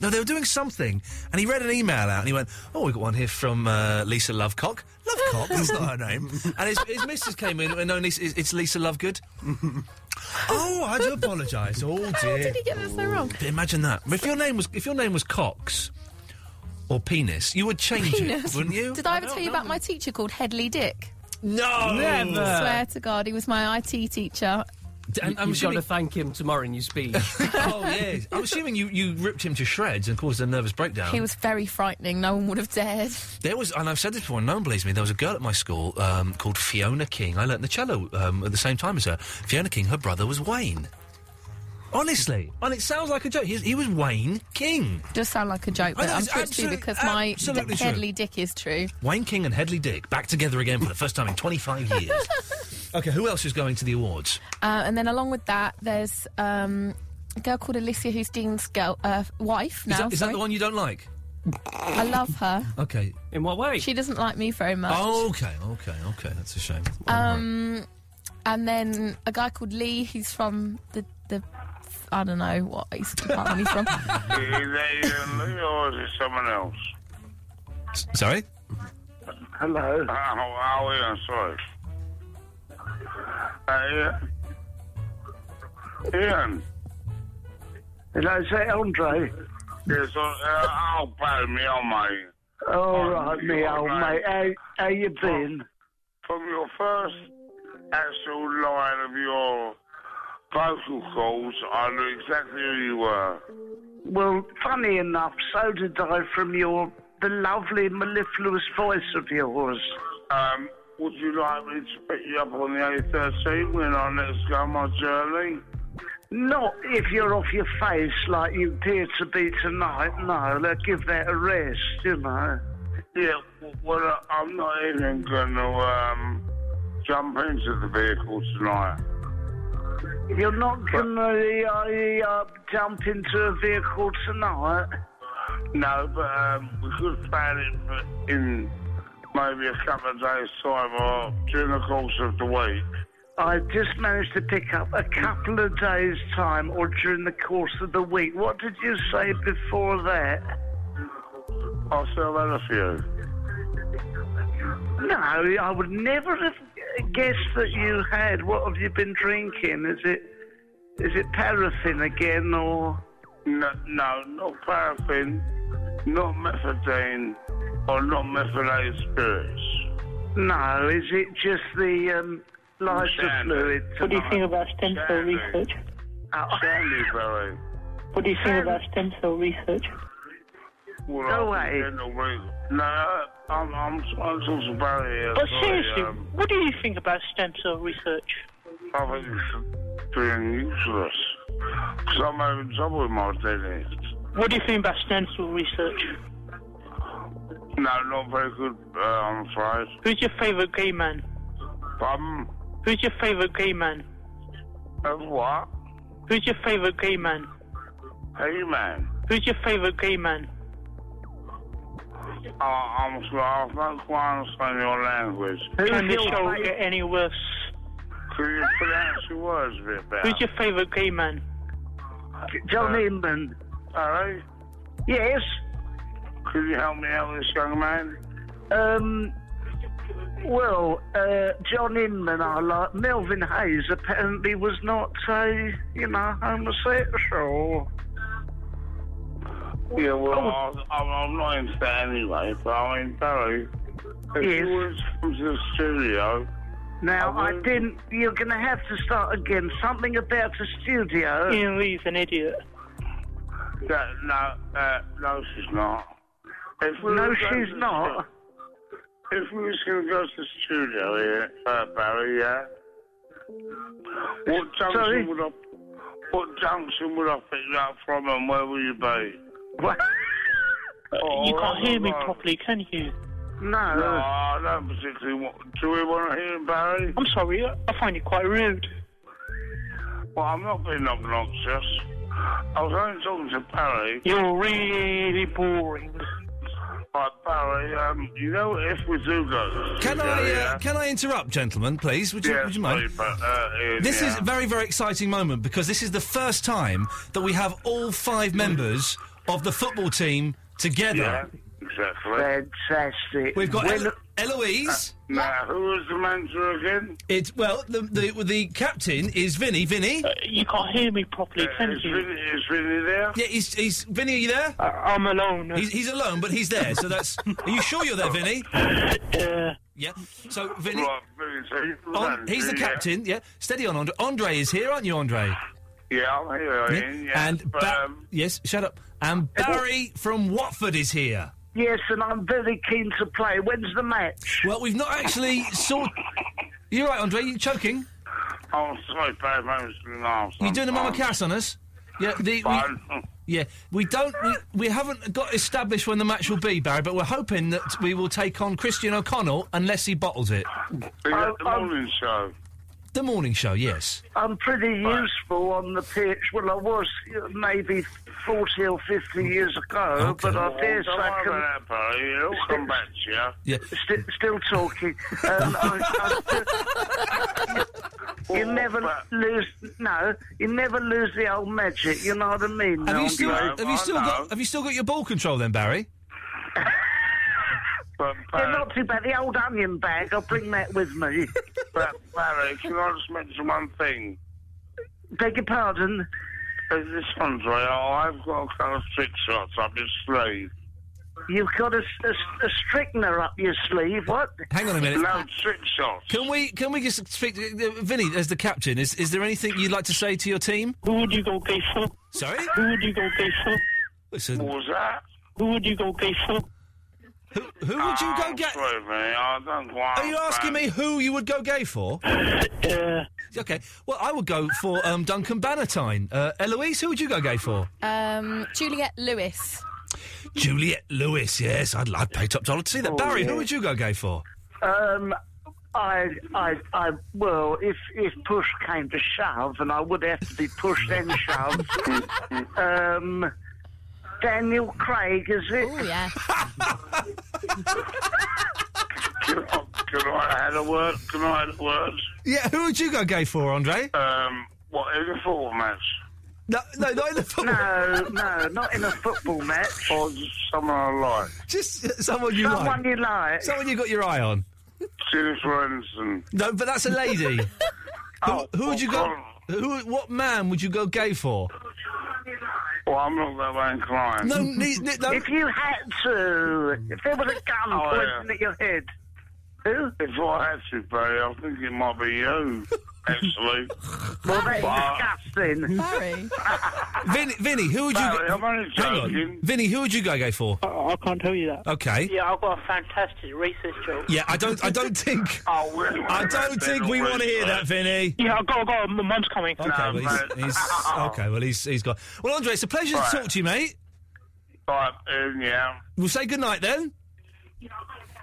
S2: No, they were doing something, and he read an email out, and he went, "Oh, we got one here from uh, Lisa Lovecock. Lovecock, that's not her name." And his, his missus came in, and no, Lisa, it's- it's Lisa Lovegood. oh, I do apologise. Oh dear.
S5: How did he get that so wrong?
S2: But imagine that. If your name was if your name was Cox or Penis, you would change
S5: Penis.
S2: it, wouldn't you?
S5: Did I ever tell you about my teacher called Headley Dick?
S2: No,
S3: Never.
S5: Swear to God, he was my IT teacher.
S2: And I'm
S3: You've
S2: assuming-
S3: got to thank him tomorrow in your speech.
S2: oh yes. I'm assuming you, you ripped him to shreds and caused a nervous breakdown.
S5: He was very frightening. No one would have dared.
S2: There was, and I've said this before, and no one believes me. There was a girl at my school um, called Fiona King. I learnt the cello um, at the same time as her. Fiona King, her brother was Wayne. Honestly, and it sounds like a joke. He, he was Wayne King.
S5: Does sound like a joke,
S2: I
S5: but
S2: know,
S5: I'm
S2: it's
S5: sure it's true
S2: absolute-
S5: because my
S2: absolutely true.
S5: Headley Dick is true.
S2: Wayne King and Headley Dick back together again for the first time in 25 years. okay, who else is going to the awards?
S5: Uh, and then along with that, there's um, a girl called Alicia who's Dean's girl, uh, wife now.
S2: Is, that, is that
S5: sorry.
S2: the one you don't like?
S5: I love her.
S2: Okay.
S3: In what way?
S5: She doesn't like me very much.
S2: Oh, okay, okay, okay. That's a shame.
S5: Um, and then a guy called Lee, he's from the the I don't know what he's department he's from.
S9: Either you or is it someone else?
S2: Sorry?
S9: Hello. Oh, oh yeah, sorry. Uh, yeah. Ian.
S12: Hello, is that Andre?
S9: Yes, uh, uh, I'll play me on, mate.
S12: All
S9: Um,
S12: right, me
S9: you're
S12: old
S9: right. Oh.
S12: mate. How, how you been?
S9: From your first actual line of your vocal calls, I knew exactly who you were.
S12: Well, funny enough, so did I from your the lovely mellifluous voice of yours.
S9: Um, would you like me to pick you up on the A13 when I next go on my journey?
S12: Not if you're off your face like you appear to be tonight. No, let's give that a rest, you know.
S9: Yeah, w- well, uh, I'm not even going to um, jump into the vehicle tonight.
S12: You're not gonna uh, uh, jump into a vehicle tonight.
S9: No, but um, we could plan it for in maybe a couple of days' time or during the course of the week.
S12: I just managed to pick up a couple of days' time or during the course of the week. What did you say before that?
S9: I'll sell that a few.
S12: No, I would never have guessed that you had. What have you been drinking? Is it is it paraffin again or?
S9: No, no, not paraffin, not methadone, or not methylated spirits.
S12: No, is it just the um, lighter fluid?
S9: What do you think
S12: about stem
S9: cell research? Oh. Sandy Berry.
S12: What do you think
S13: Um,
S12: about stem cell research?
S9: Well,
S12: Go
S9: I
S12: away.
S9: think they're not really- No, I'm, I'm, I'm talking about it.
S13: But seriously, what do you think about stem cell research?
S9: uh, I think it's being useless. Because I'm having trouble with my dentist.
S13: What do you think about stem cell research?
S9: No, not very good, uh, I'm afraid.
S13: Who's your favourite gay man?
S9: Pardon?
S13: Who's your favourite gay man?
S9: Of what?
S13: Who's your favourite gay man?
S9: Hey, man.
S13: Who's your favourite gay man?
S9: I, Uh, I'm sorry, I don't quite understand your language.
S13: Can this show get any worse?
S9: Could you pronounce your words a bit better?
S13: Who's your favourite gay man?
S12: John Inman.
S9: Hello?
S12: Yes?
S9: Could you help me out with this young man?
S12: Um, well, uh, John Inman, I like. Melvin Hayes apparently was not a, you know, homosexual. Oh,
S9: Yeah, well, I, I'm, I'm not into that anyway, but I mean, Barry, if
S12: Yes.
S9: you was from the studio,
S12: Now, I didn't. You're going to have to start again. Something about the studio.
S13: Ian Lee's an idiot.
S9: that, no, uh, no, she's not. If we
S12: No,
S9: was going
S12: she's
S9: to-
S12: not.
S9: If we was going to go to the studio here, uh, Barry, yeah? What junction
S12: Sorry?
S9: would I... What junction would I pick you up from and where will you be?
S12: What?
S13: you
S9: Oh,
S13: can't hear me
S9: right.
S13: properly, can you?
S12: No.
S9: No, I don't particularly want... Do we want to hear him, Barry?
S13: I'm sorry, I I find it quite rude.
S9: Well, I'm not being obnoxious. I was only talking to Barry.
S13: You're really boring.
S9: Right, Barry, um, you know if we do go... to the
S2: Can I,
S9: studio,
S2: uh, can I interrupt, gentlemen, please? Would you,
S9: Yes,
S2: would you mind?
S9: please, but, uh, Ian,
S2: This is
S9: yeah.
S2: a very, very exciting moment because this is the first time that we have all five members of the football team together.
S9: exactly.
S12: Fantastic.
S2: We've got
S9: When- Uh,
S2: Elo- Eloise.
S9: Now, who was the manager again?
S2: It's well, the the, the captain is Vinny. Vinny,
S13: Uh, you can't hear me properly, can
S9: Uh, is
S13: you? Uh,
S9: Vinny, is Vinny there?
S2: Yeah, he's he's Vinny. Are you there?
S13: I'm alone.
S2: He's, he's alone, but he's there. So that's. are you sure you're there, Vinny? Yeah. So Vinny,
S9: Right, Vinny, so he's the,
S2: on,
S9: manager,
S2: he's the
S9: yeah.
S2: captain. Yeah. Steady on, Andre. Andre is here, aren't you, Andre?
S9: Yeah, I'm here, Ian, yeah.
S2: And
S9: but,
S2: Ba-
S9: um,
S2: yes, shut up. And Barry from Watford is here.
S12: Yes, and I'm very keen to play. When's the match?
S2: Well, we've not actually saw. You're right, Andre. You choking?
S9: Oh, I'm sorry, bad man's been asked.
S2: You doing a mama cass on us? Yeah. The, we, yeah. We don't. We, we haven't got established when the match will be, Barry. But we're hoping that we will take on Christian O'Connell unless he bottles it. Oh,
S9: got Oh, the morning show.
S2: The morning show. Yes.
S12: I'm pretty useful on the pitch. Well, I was uh, maybe 40 or 50 years ago, but
S9: Oh,
S12: I dare
S9: Mm. don't
S12: say
S9: worry
S12: I can.
S9: about that, Barry. It'll come back to you.
S2: Yeah.
S12: St- still talking. Um, I, I, you
S9: Oh,
S12: never lose. No, you never lose the old magic. You know what I mean?
S2: Have
S12: Now,
S2: you still?
S12: Andre?
S2: Have you still got? Have you still got your ball control then, Barry?
S9: But, uh,
S12: They're not too bad. The old onion bag. I'll bring that with me.
S9: but, uh, Barry, can I just mention one thing?
S12: Beg your pardon.
S9: Is this Andre? I've got a couple of trick shots up his sleeve.
S12: You've got a, a, a strictener up your sleeve. What?
S2: Hang on a minute.
S9: No trick shots.
S2: Can we? Can we just speak? To, uh, Vinny, as the captain, is is there anything you'd like to say to your team?
S13: Who would you go gay for?
S2: Sorry.
S13: Who would you go gay for?
S2: Listen.
S9: What was that?
S13: Who would you go gay for?
S2: Who would you go
S9: I'm
S2: get?
S9: Sorry, mate. I don't quite
S2: Are you asking me who you would go gay for?
S13: Uh,
S2: Okay. Well, I would go for um, Duncan Bannatyne. Uh, Eloise, who would you go gay for?
S5: Um, Juliet Lewis.
S2: Juliet Lewis. Yes, I'd, I'd pay top dollar to see that.
S12: Oh,
S2: Barry,
S12: yeah.
S2: who would you go gay for?
S12: Um, I, I, I. Well, if if push came to shove, and I would have to be pushed and shoved. um, Daniel Craig, is it? Oh
S5: yeah.
S9: Can I, can I add a word? Can I add a word?
S2: Yeah, who would you go gay for, Andre?
S9: Um, what, in the football match?
S2: No, no, not in the football.
S12: No, no, not in a football match.
S9: Or just someone I like?
S2: Just uh, someone you
S12: Someone
S2: like.
S12: you like.
S2: Someone you got your eye on.
S9: Jennifer Aniston.
S2: No, but that's a lady. who, who would you go?
S9: Oh,
S2: Who? What man would you go gay for?
S9: Well, I'm not that way inclined.
S2: No, ne- ne- no.
S12: If you had to, if there was a gun
S9: Oh,
S12: pointing
S9: yeah.
S12: at your head, who?
S9: If I had to, Barry, I think it might be you, actually.
S12: Well, that's
S9: But-
S12: disgusting.
S5: Sorry.
S2: Vinny, Vinny, who would you?
S9: Barry,
S2: go-
S9: I'm only
S2: Hang on,
S9: joking.
S2: Vinny, who would you go gay for?
S13: I can't tell you that.
S2: Okay.
S13: Yeah, I've got a fantastic racist joke.
S2: Yeah, I don't. I don't think.
S9: Oh, well,
S2: I don't think we want to hear that, Vinny.
S13: Yeah, I've got, I've got, my Uh, mum's coming.
S2: Okay, well, he's,
S9: mate.
S2: he's okay. Well, he's he's gone. Well, Andre, it's a pleasure
S9: Right.
S2: to talk to you, mate.
S9: Right, um, yeah.
S2: We'll say good night then.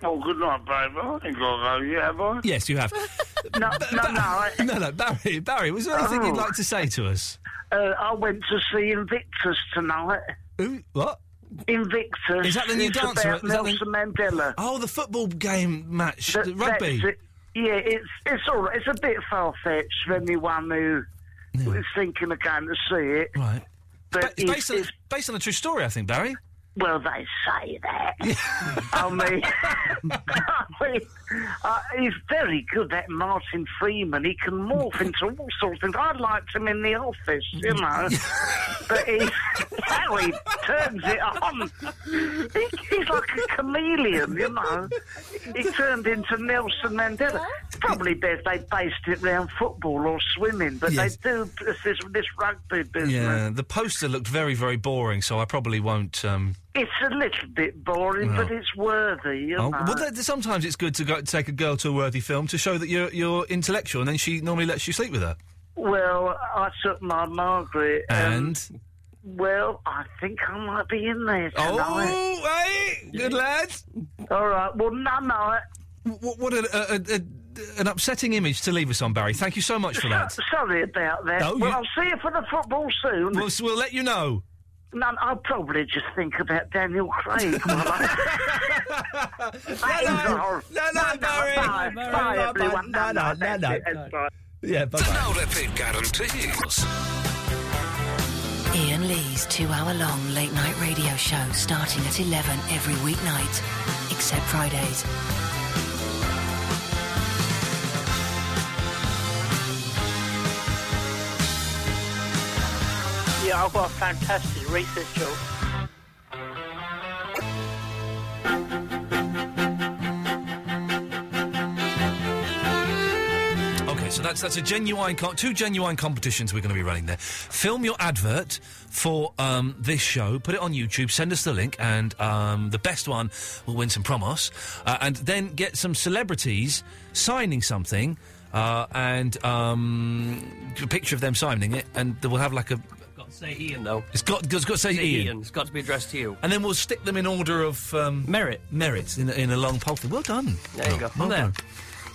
S9: Oh, good night, Barry. I ain't got to go yet, have I?
S2: Yes, you have.
S12: No, no, no. I,
S2: no, no, Barry. Barry, was there anything
S12: Oh.
S2: you'd like to say to us?
S12: uh, I went to see Invictus tonight.
S2: Who? What?
S12: Invictus.
S2: Is that the new
S12: It's
S2: dancer?
S12: about
S2: Is that the-
S12: Nelson Mandela.
S2: Oh, the football game match,
S12: That-
S2: the rugby.
S12: that's it. Yeah, it's it's all right. It's a bit far fetched for anyone who is thinking of going to see it.
S2: Right.
S12: But
S2: Ba- It's
S12: it's-
S2: based on,
S12: it's-
S2: based on a true story, I think, Barry.
S12: Well, they say that. I mean, I mean uh, he's very good, that Martin Freeman. He can morph into all sorts of things. I liked him in the office, you know. but he's, how he turns it on. He, he's like a chameleon, you know. He turned into Nelson Mandela. Probably best they based it round football or swimming, but
S2: Yes.
S12: they do this, this, this rugby business.
S2: Yeah, the poster looked very, very boring, so I probably won't. Um,
S12: It's a little bit boring,
S2: Well.
S12: but it's worthy. You
S2: oh,
S12: know?
S2: well, th- sometimes it's good to go take a girl to a worthy film to show that you're you're intellectual, and then she normally lets you sleep with her.
S12: Well, I took my Margaret.
S2: Uh. And
S12: Well, I think I might be in there
S2: Oh,
S12: tonight.
S2: hey, good lads.
S12: All right. Well, no, no.
S2: what, what a, a, a, a- an upsetting image to leave us on, Barry. Thank you so much for that.
S12: So- Sorry about that.
S2: No,
S12: well,
S2: Oh, you-
S12: I'll see you for the football soon.
S2: We'll, s- we'll let you know.
S12: No, I'll probably just think about Daniel Craig. while I-
S11: no,
S2: no, Barry.
S12: Bye,
S11: Barry,
S12: bye,
S11: bye,
S12: everyone.
S11: bye. No, no,
S12: that's
S11: no,
S12: it, that's right.
S2: Yeah, bye.
S11: No repeat guarantees.
S1: Ian Lee's two hour long late night radio show starting at 11 every weeknight, except Fridays.
S13: Yeah, I've got a fantastic research job.
S2: Okay, so that's that's a genuine com- two genuine competitions we're going to be running there. Film your advert for um, this show, put it on YouTube, send us the link, and um, the best one will win some promos, uh, and then get some celebrities signing something, uh, and um, a picture of them signing it, and we'll have like a.
S3: Got to say Ian though.
S2: It's got it's got to say Ian.
S3: It's got to be addressed to you.
S2: And then we'll stick them in order of um, merit. Merit in, a- in a long poll. Well done.
S3: There you go.
S2: Well
S3: I'm there.
S2: done.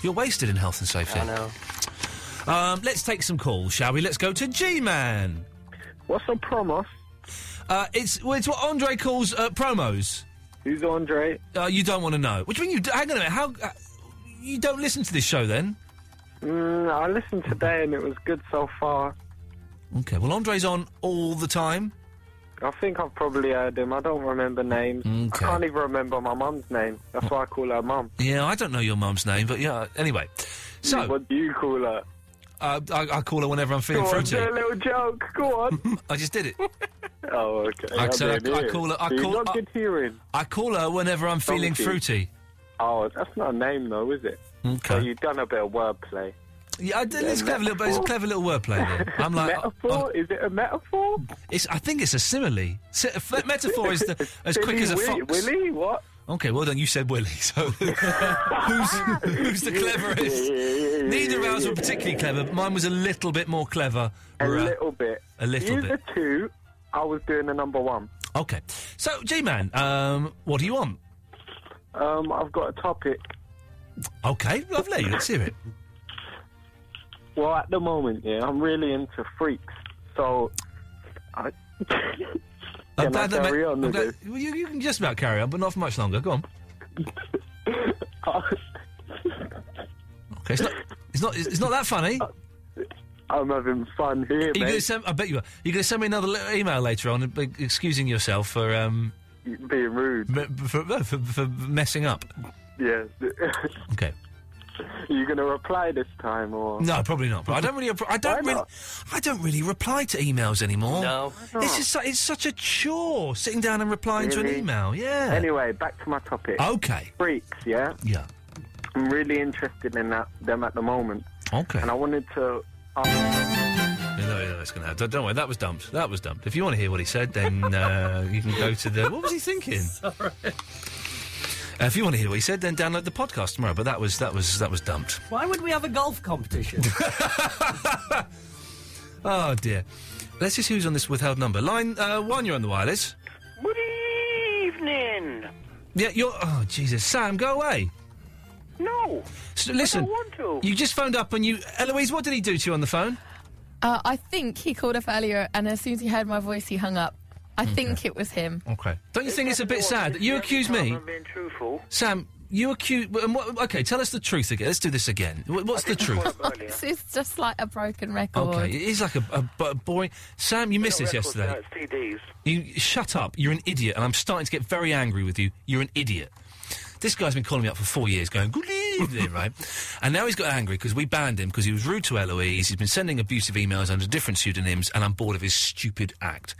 S2: You're wasted in health and safety.
S3: I know.
S2: Um, let's take some calls, shall we? Let's go to G Man.
S14: What's a promos?
S2: Uh, it's well, it's what Andre calls uh, promos.
S14: Who's Andre?
S2: Uh, you don't want to know. Which mean you d- hang on a minute. How uh, you don't listen to this show then?
S14: Mm, I listened today and it was good so far.
S2: Okay. Well, Andre's on all the time.
S14: I think I've probably heard him. I don't remember names. I
S2: Okay.
S14: can't even remember my mum's name. That's why I call her mum.
S2: Yeah, I don't know your mum's name, but yeah. Anyway, so
S14: what do you call her?
S2: Uh, I, I call her whenever I'm feeling
S14: Go on,
S2: fruity.
S14: do a little joke. Go on.
S2: I just did it.
S14: oh, okay.
S2: I, so I,
S14: didn't
S2: I
S14: hear.
S2: call her. I
S14: See,
S2: call.
S14: not
S2: I-
S14: good hearing.
S2: I call her whenever I'm feeling
S14: Donkey.
S2: fruity.
S14: Oh, that's not a name though, is it?
S2: Okay.
S14: So you've done a bit of wordplay.
S2: Yeah, I, did- it's
S14: Yeah,
S2: clever little, bit- it's
S14: metaphor.
S2: clever little wordplay. There. I'm like, oh,
S14: metaphor? is it a metaphor?
S2: It's. I think it's a simile. Si- a f- metaphor is the, as quick
S14: Billy
S2: as a
S14: Wi-
S2: fox.
S14: Willy, what?
S2: Okay, well done. You said Willie, so who's who's the cleverest? Neither of ours were particularly clever. but Mine was a little bit more clever.
S14: A
S2: Ra-
S14: little bit.
S2: A little
S14: you
S2: bit.
S14: the two. I was doing the number one.
S2: Okay, so G-man, um, what do you want?
S14: Um, I've got a topic.
S2: Okay, lovely. Let's hear it.
S14: Well, at the moment, yeah, I'm really into freaks. So, I. Can I
S2: I'm glad that
S14: carry
S2: ma-
S14: on
S2: I'm
S14: with
S2: glad-
S14: this?
S2: well, you, you can just about carry on, but not for much longer. Go on. okay, it's not. It's not. It's, it's not that funny.
S14: I'm having fun here,
S2: Are you gonna
S14: mate.
S2: send, I bet you are. You're going to send me another little email later on, uh, excusing yourself for um,
S14: being rude,
S2: for, for, for, for messing up.
S14: Yeah.
S2: Okay.
S14: Are you going to reply this time, or
S2: No, probably not. But I don't really. repl- I don't really. I don't really reply to emails anymore.
S14: No. Why not?
S2: it's just su- it's such a chore sitting down and replying to
S14: Really?
S2: an email. Yeah. Oh.
S14: Anyway, back to my topic.
S2: Okay.
S14: Freaks, yeah.
S2: Yeah.
S14: I'm really interested in that them at the moment,
S2: Okay.
S14: and I wanted to.
S2: No, no, no, that's going to happen. Don't, don't worry. That was dumped. That was dumped. If you want to hear what he said, then uh, you can go to the. What was he thinking? Sorry. if you want to hear what he said, then download the podcast tomorrow. But that was that was that was dumped.
S3: Why would we have a golf competition?
S2: Oh dear. Let's just see who's on this withheld number. Line uh, one, you're on the wireless.
S15: Good evening.
S2: Yeah, you're. Oh Jesus, Sam, go away.
S15: No.
S2: S- listen,
S15: I don't want to.
S2: you just phoned up and you, Eloise. What did he do to you on the phone?
S5: Uh, I think he called up earlier, and as soon as he heard my voice, he hung up. I think it was him.
S2: Okay. Don't you think it's a bit sad that you accuse me,
S15: I'm being truthful.
S2: Sam? you accuse. And what, okay, tell us the truth again. Let's do this again. Wh- What's the truth?
S5: this is just like a broken record.
S2: Okay, it is like a, a, bu- a boy. Sam, you missed this yesterday.
S15: CDs.
S2: You shut up. You're an idiot, and I'm starting to get very angry with you. You're an idiot. This guy's been calling me up for four years, going good evening, right? And now he's got angry because we banned him because he was rude to Eloise. He's been sending abusive emails under different pseudonyms, and I'm bored of his stupid act.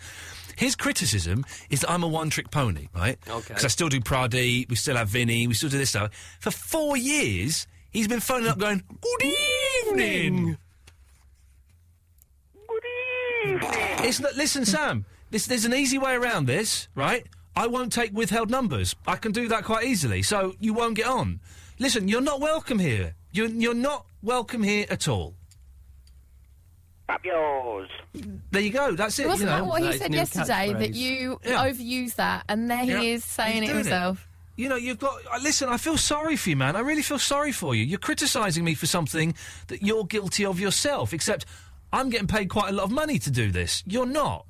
S2: His criticism is that I'm a one-trick pony, right?
S3: Okay.
S2: Because I still do Pradi, we still have Vinny, we still do this stuff. For four years, he's been phoning up, going good evening. It's not, listen, Sam. This, there's an easy way around this, right? I won't take withheld numbers. I can do that quite easily, so you won't get on. Listen, you're not welcome here. You're, you're not welcome here at all.
S15: Up yours.
S2: There you go. That's it.
S5: Wasn't
S2: you know.
S5: that what he said yesterday? That you overused that, and there he
S2: Yeah.
S5: is saying
S2: He's
S5: it
S2: doing
S5: himself.
S2: You know, you've got. uh, Listen, I feel sorry for you, man. I really feel sorry for you. You're criticising me for something that you're guilty of yourself, except I'm getting paid quite a lot of money to do this. You're not.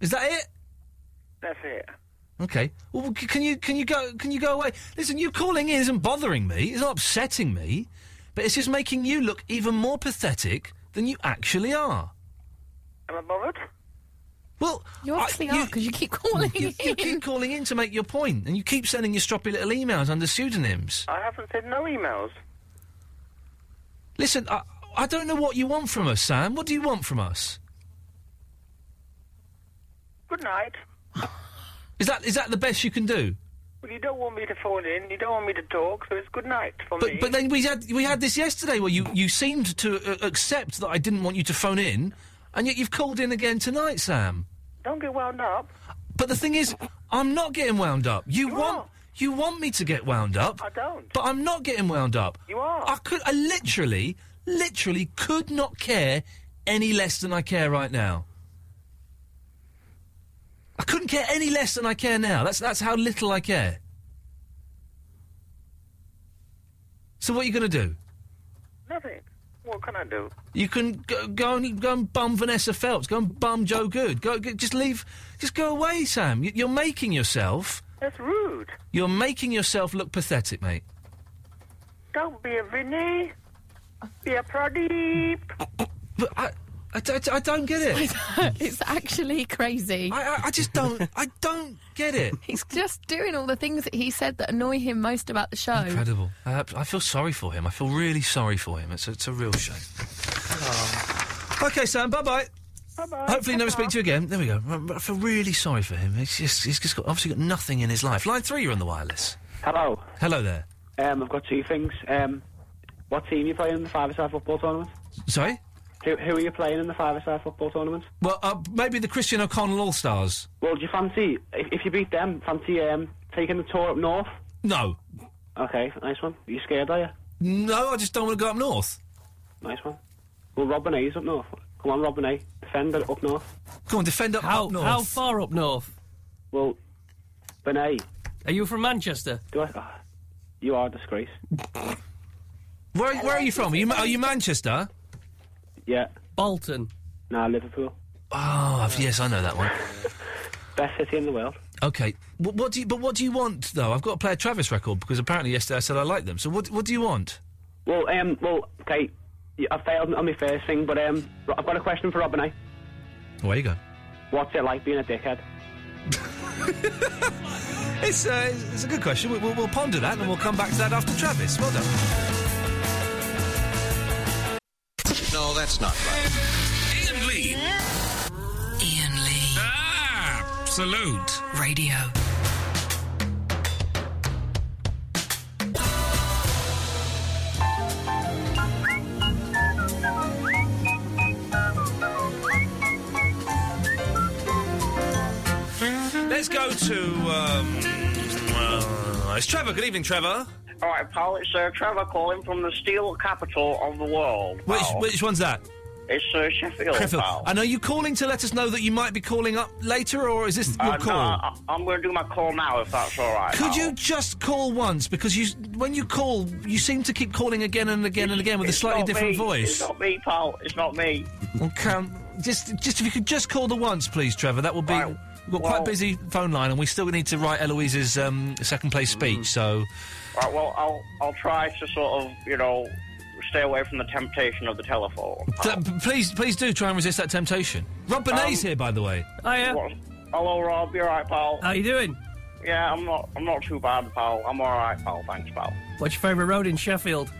S2: Is that it?
S15: That's it.
S2: Okay. Well, c- can you can you go can you go away? Listen, you calling in isn't bothering me. It's not upsetting me, but it's just making you look even more pathetic than you actually are.
S15: Am I bothered?
S2: Well,
S5: you actually are because you keep calling
S2: you,
S5: in.
S2: you keep calling in to make your point, and you keep sending your stroppy little emails under pseudonyms.
S15: I haven't said no emails.
S2: Listen, I, I don't know what you want from us, Sam. What do you want from us?
S15: Good night.
S2: Is that is that the best you can do?
S15: Well, you don't want me to phone in. You don't want me to talk, so it's good night for me.
S2: But but then we had we had this yesterday where you you seemed to uh, accept that I didn't want you to phone in, and yet you've called in again tonight, Sam.
S15: Don't get wound up.
S2: But the thing is, I'm not getting wound up. You, want you want me to get wound up.
S15: I don't.
S2: But I'm not getting wound up.
S15: You are.
S2: I could. I literally, literally could not care any less than I care right now. I couldn't care any less than I care now. That's that's how little I care. So what are you going to do?
S15: Nothing. What can I do?
S2: You can go, go and go and bum Vanessa Phelps. Go and bum Joe Good. Go, go just leave. Just go away, Sam. You, you're making yourself.
S15: That's rude.
S2: You're making yourself look pathetic, mate.
S15: Don't be a Vinny. Be a Pradeep.
S2: But I, I, don't- I don't get it.
S5: it's actually crazy.
S2: I, I, I just don't. I don't get it.
S5: He's just doing all the things that he said that annoy him most about the show.
S2: Incredible. I, ab- I feel sorry for him. I feel really sorry for him. It's a, it's a real shame. Okay, Sam. Bye bye. Hopefully, never speak to you again. There we go. I, I feel really sorry for him. He's just, he's just got obviously got nothing in his life. Line three, you're on the wireless.
S16: Hello.
S2: Hello there.
S16: Um, I've got two things. Um, what team are you playing in the five-a-side football tournament?
S2: Sorry.
S16: Who, who are you playing in the five-a-side football tournament?
S2: Well, uh, maybe the Christian O'Connell All Stars.
S16: Well, do you fancy if, if you beat them? Fancy um, taking the tour up north?
S2: No.
S16: Okay, nice one. you scared, are you?
S2: No, I just don't want to go up north.
S16: Nice one. Well, Robin A's up north. Come on, Robin A. Defend it up north.
S2: Come on, defend up,
S3: how,
S16: up north.
S3: How far up north?
S16: Well, Benet.
S3: Are you from Manchester?
S16: Do I? ah, you are a disgrace.
S2: Where, where are you from? Are you, Ma- are you Manchester?
S16: Yeah.
S3: Bolton.
S16: Nah, Liverpool.
S2: Oh, I've- yes, I know that one.
S16: Best city in the world.
S2: Okay, what, what do you? But what do you want though? I've got to play a Travis record because apparently yesterday I said I like them. So what? What do you want?
S16: Well, um, well, okay. y- I failed on my first thing, but um, Ro- I've got a question for Robin A.
S2: Where Oh, you go?
S16: What's it like being a dickhead?
S2: It's uh, it's a good question. We, we'll, we'll ponder that and we'll come back to that after Travis. Well done.
S11: No, that's not right.
S1: Ian Lee. Ian Lee.
S11: Absolute.
S1: Radio.
S2: Let's go to um, uh, it's Trevor. Good evening, Trevor.
S15: All right, pal. It's uh, Trevor calling from the steel capital of the world.
S2: Which
S15: pal.
S2: which one's that?
S15: It's uh, Sheffield.
S2: Sheffield.
S15: Pal.
S2: And are you calling to let us know that you might be calling up later, or is this your
S15: Uh,
S2: call?
S15: No, I, I'm going to do my call now, if that's all right.
S2: Could
S15: pal.
S2: you just call once? Because you, when you call, you seem to keep calling again and again and again with a
S15: It's
S2: slightly
S15: not
S2: different
S15: me. It's
S2: voice.
S15: not me, pal. It's not me.
S2: Okay, um, just, just if you could just call the once, please, Trevor. That would be We've got quite a busy phone line, and we still need to write Eloise's um, second place
S15: Mm.
S2: speech. So,
S8: Right, well, I'll I'll try to sort of you know stay away from the temptation of the telephone.
S2: Th- p- please, please do try and resist that temptation. Rob Benet's
S15: Um,
S2: here, by the way.
S8: Hiya. Hello, Rob. You alright, pal? How you doing? Yeah, I'm not. I'm not too bad, pal. I'm alright, pal. Thanks, pal.
S3: What's your favourite road in Sheffield?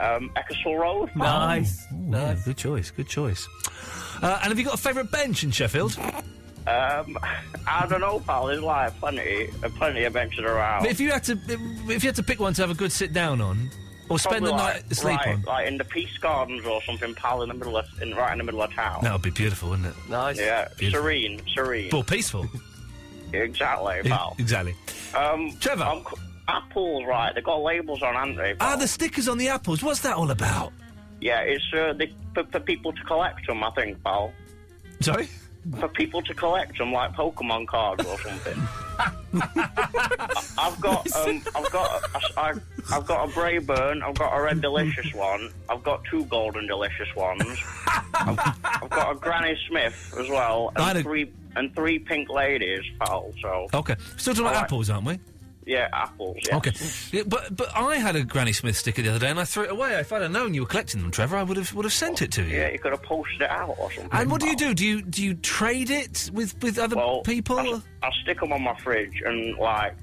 S8: Um, Ecclesall Road. pal.
S3: Nice.
S2: Yeah, good choice. Good choice. Uh, and have you got a favourite bench in Sheffield?
S8: Um, I don't know, pal. There's like plenty, uh, plenty of benches around.
S2: But if you had to, if you had to pick one to have a good sit down on, or spend
S8: Probably
S2: the night
S8: like,
S2: asleep
S8: right,
S2: on,
S8: like in the Peace Gardens or something, pal, in the middle of, in, right in the middle of town.
S2: that would be beautiful, wouldn't it?
S3: Nice.
S8: Yeah, serene, serene.
S2: Well, peaceful.
S8: Exactly, pal.
S2: exactly.
S8: Um, Trevor, apples, right? They have got labels on, haven't they?
S2: Ah, the stickers on the apples. What's that all about?
S8: Yeah, it's uh, they, for, for people to collect them, I think, pal.
S2: Sorry.
S8: For people to collect them, like Pokemon cards or something. I- I've got, um, I've got, a- I, have got a Brayburn, I've got a Red Delicious one, I've got two Golden Delicious ones, I've, I've got a Granny Smith as well, and three and three Pink Ladies, pal. So
S2: Okay, still talking about
S8: All right.
S2: apples, aren't we?
S8: yeah, apples. Yeah.
S2: Okay, Yeah, but but I had a Granny Smith sticker the other day, and I threw it away. If I'd have known you were collecting them, Trevor, I would have would have sent it to you.
S8: Yeah, you could have posted it out or something. Oh.
S2: And what do you do? Do you do you trade it with with other people?
S8: I stick them on my fridge, and like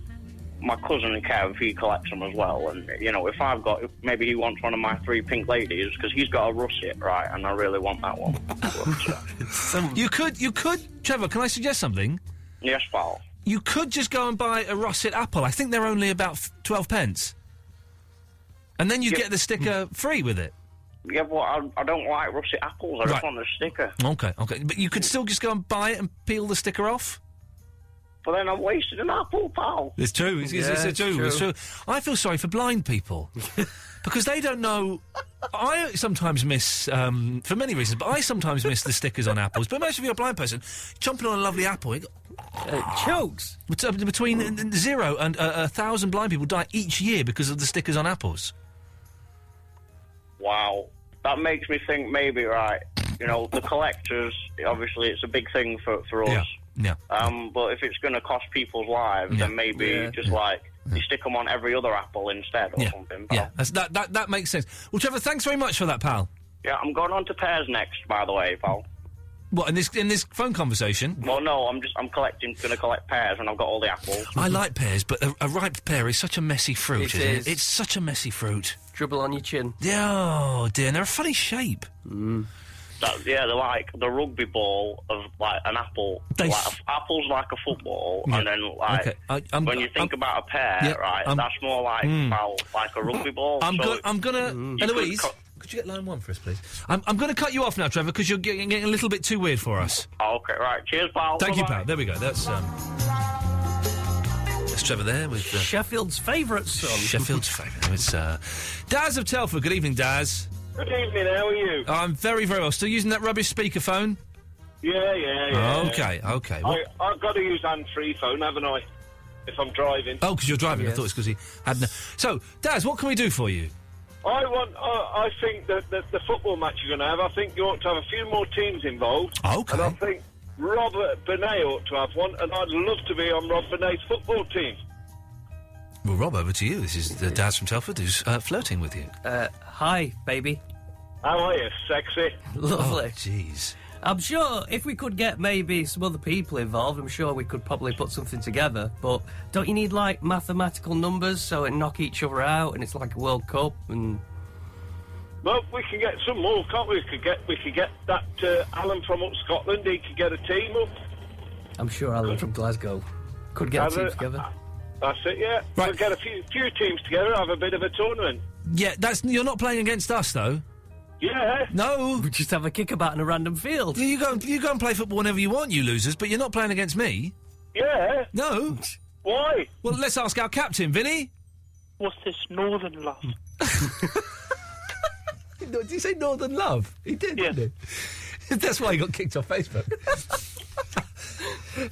S8: my cousin Kev, he collects them as well. And you know, if I've got, if maybe he wants one of my three pink ladies because he's got a russet, right? And I really want that one.
S2: you could you could Trevor. Can I suggest something?
S8: yes, pal.
S2: You could just go and buy a russet apple. I think they're only about f- twelve pence, and then you
S8: Yeah.
S2: get the sticker free with it.
S8: Yeah, but I, I don't like russet apples. I
S2: Right.
S8: just want a sticker.
S2: Okay, okay, but you could still just go and buy it and peel the sticker off.
S8: But then I've wasted an apple, pal.
S2: It's true. It's, it's-
S8: Yeah,
S2: it's
S8: it's
S2: true. It's
S8: true.
S2: true. I feel sorry for blind people because they don't know. I sometimes miss, um, for many reasons, but I sometimes miss the stickers on apples. But imagine if you're a blind person chomping on a lovely apple. It,
S8: Uh,
S2: uh,
S3: chokes.
S2: Between n- n- zero and uh, a thousand blind people die each year because of the stickers on apples.
S8: Wow, that makes me think maybe right. You know, the collectors. Obviously, it's a big thing for for us.
S2: Yeah.
S8: Um, but if it's going to cost people's lives,
S2: Yeah.
S8: then maybe
S2: Yeah.
S8: just like you stick them on every other apple instead or something.
S2: Yeah, that's, that, that, that makes sense. Well, Trevor, thanks very much for that, pal.
S8: Yeah, I'm going on to pears next, by the way, pal.
S2: What, in this, in this phone conversation?
S8: Well, no, I'm just I'm collecting, going to collect pears, and I've got all the apples.
S2: I like pears, but a, a ripe pear is such a messy fruit,
S3: It
S2: isn't
S3: is.
S2: it? It's such a messy fruit.
S3: Dribble on your chin. Mm.
S2: Yeah, Oh dear, and they're a funny shape.
S8: That, yeah, they're like the rugby ball of like an apple.
S2: They
S8: like,
S2: f-
S8: a- apples like a football,
S2: Yeah.
S8: and then like
S2: Okay, I- I'm-
S8: when you think about a pear,
S2: Yeah,
S8: right?
S2: I'm-
S8: that's more like
S2: Mm.
S8: about like a rugby ball.
S2: I'm,
S8: so
S2: go-
S8: it-
S2: I'm gonna.
S17: Mm-hmm.
S8: you could
S2: Eloise,
S8: co-
S2: could you get line one for us, please? I'm, I'm gonna cut you off now, Trevor, because you're getting, getting a little bit too weird for us.
S8: Oh, okay, right. Cheers, pal.
S2: Thank you,
S8: Bye-bye.
S2: pal. There we go. That's um, that's Trevor there with uh,
S3: Sheffield's favourite son.
S2: Sheffield's favourite. It's uh, Daz of Telford. Good evening, Daz.
S17: Good evening, how are you?
S2: I'm very, very well. Still using that rubbish speakerphone?
S17: Yeah, yeah, yeah.
S2: Okay, okay. Well-
S17: I, I've got to use hand-free phone, haven't I? If I'm driving.
S2: Oh, because you're driving. I thought it's because he had. No- so, Daz, what can we do for you?
S17: I want. I, I think that the, the football match you're going to have. I think you ought to have a few more teams involved.
S2: Okay.
S17: And I think Robert Benet ought to have one, and I'd love to be on Rob Benet's football team.
S2: Well, Rob, over to you. This is uh, Daz from Telford who's uh, flirting with you.
S3: Uh, hi, baby.
S17: How are you, sexy?
S3: Lovely.
S2: Oh, Jeez.
S3: I'm sure if we could get maybe some other people involved, I'm sure we could probably put something together. But don't you need like mathematical numbers so it knock each other out and it's like a World Cup and
S17: Well, we can get some more, can't we? We could get. We could get that uh, Alan from up Scotland. He could get a team up.
S3: I'm sure Alan from Glasgow could get a
S17: Have
S3: team
S17: a-
S3: together.
S17: That's it. Yeah.
S2: Right.
S17: We'll get a few few teams together. Have a bit of a tournament.
S2: Yeah, that's you're not playing against us though.
S17: Yeah.
S2: No.
S3: We just have a kickabout in a random field.
S2: You go and, you go and play football whenever you want, you losers, but you're not playing against me.
S17: Yeah.
S2: No.
S17: Why?
S2: Well, let's ask our captain, Vinny.
S13: What's this northern love?
S2: Did you say Northern Love? He did, didn't he? That's why he got kicked off Facebook.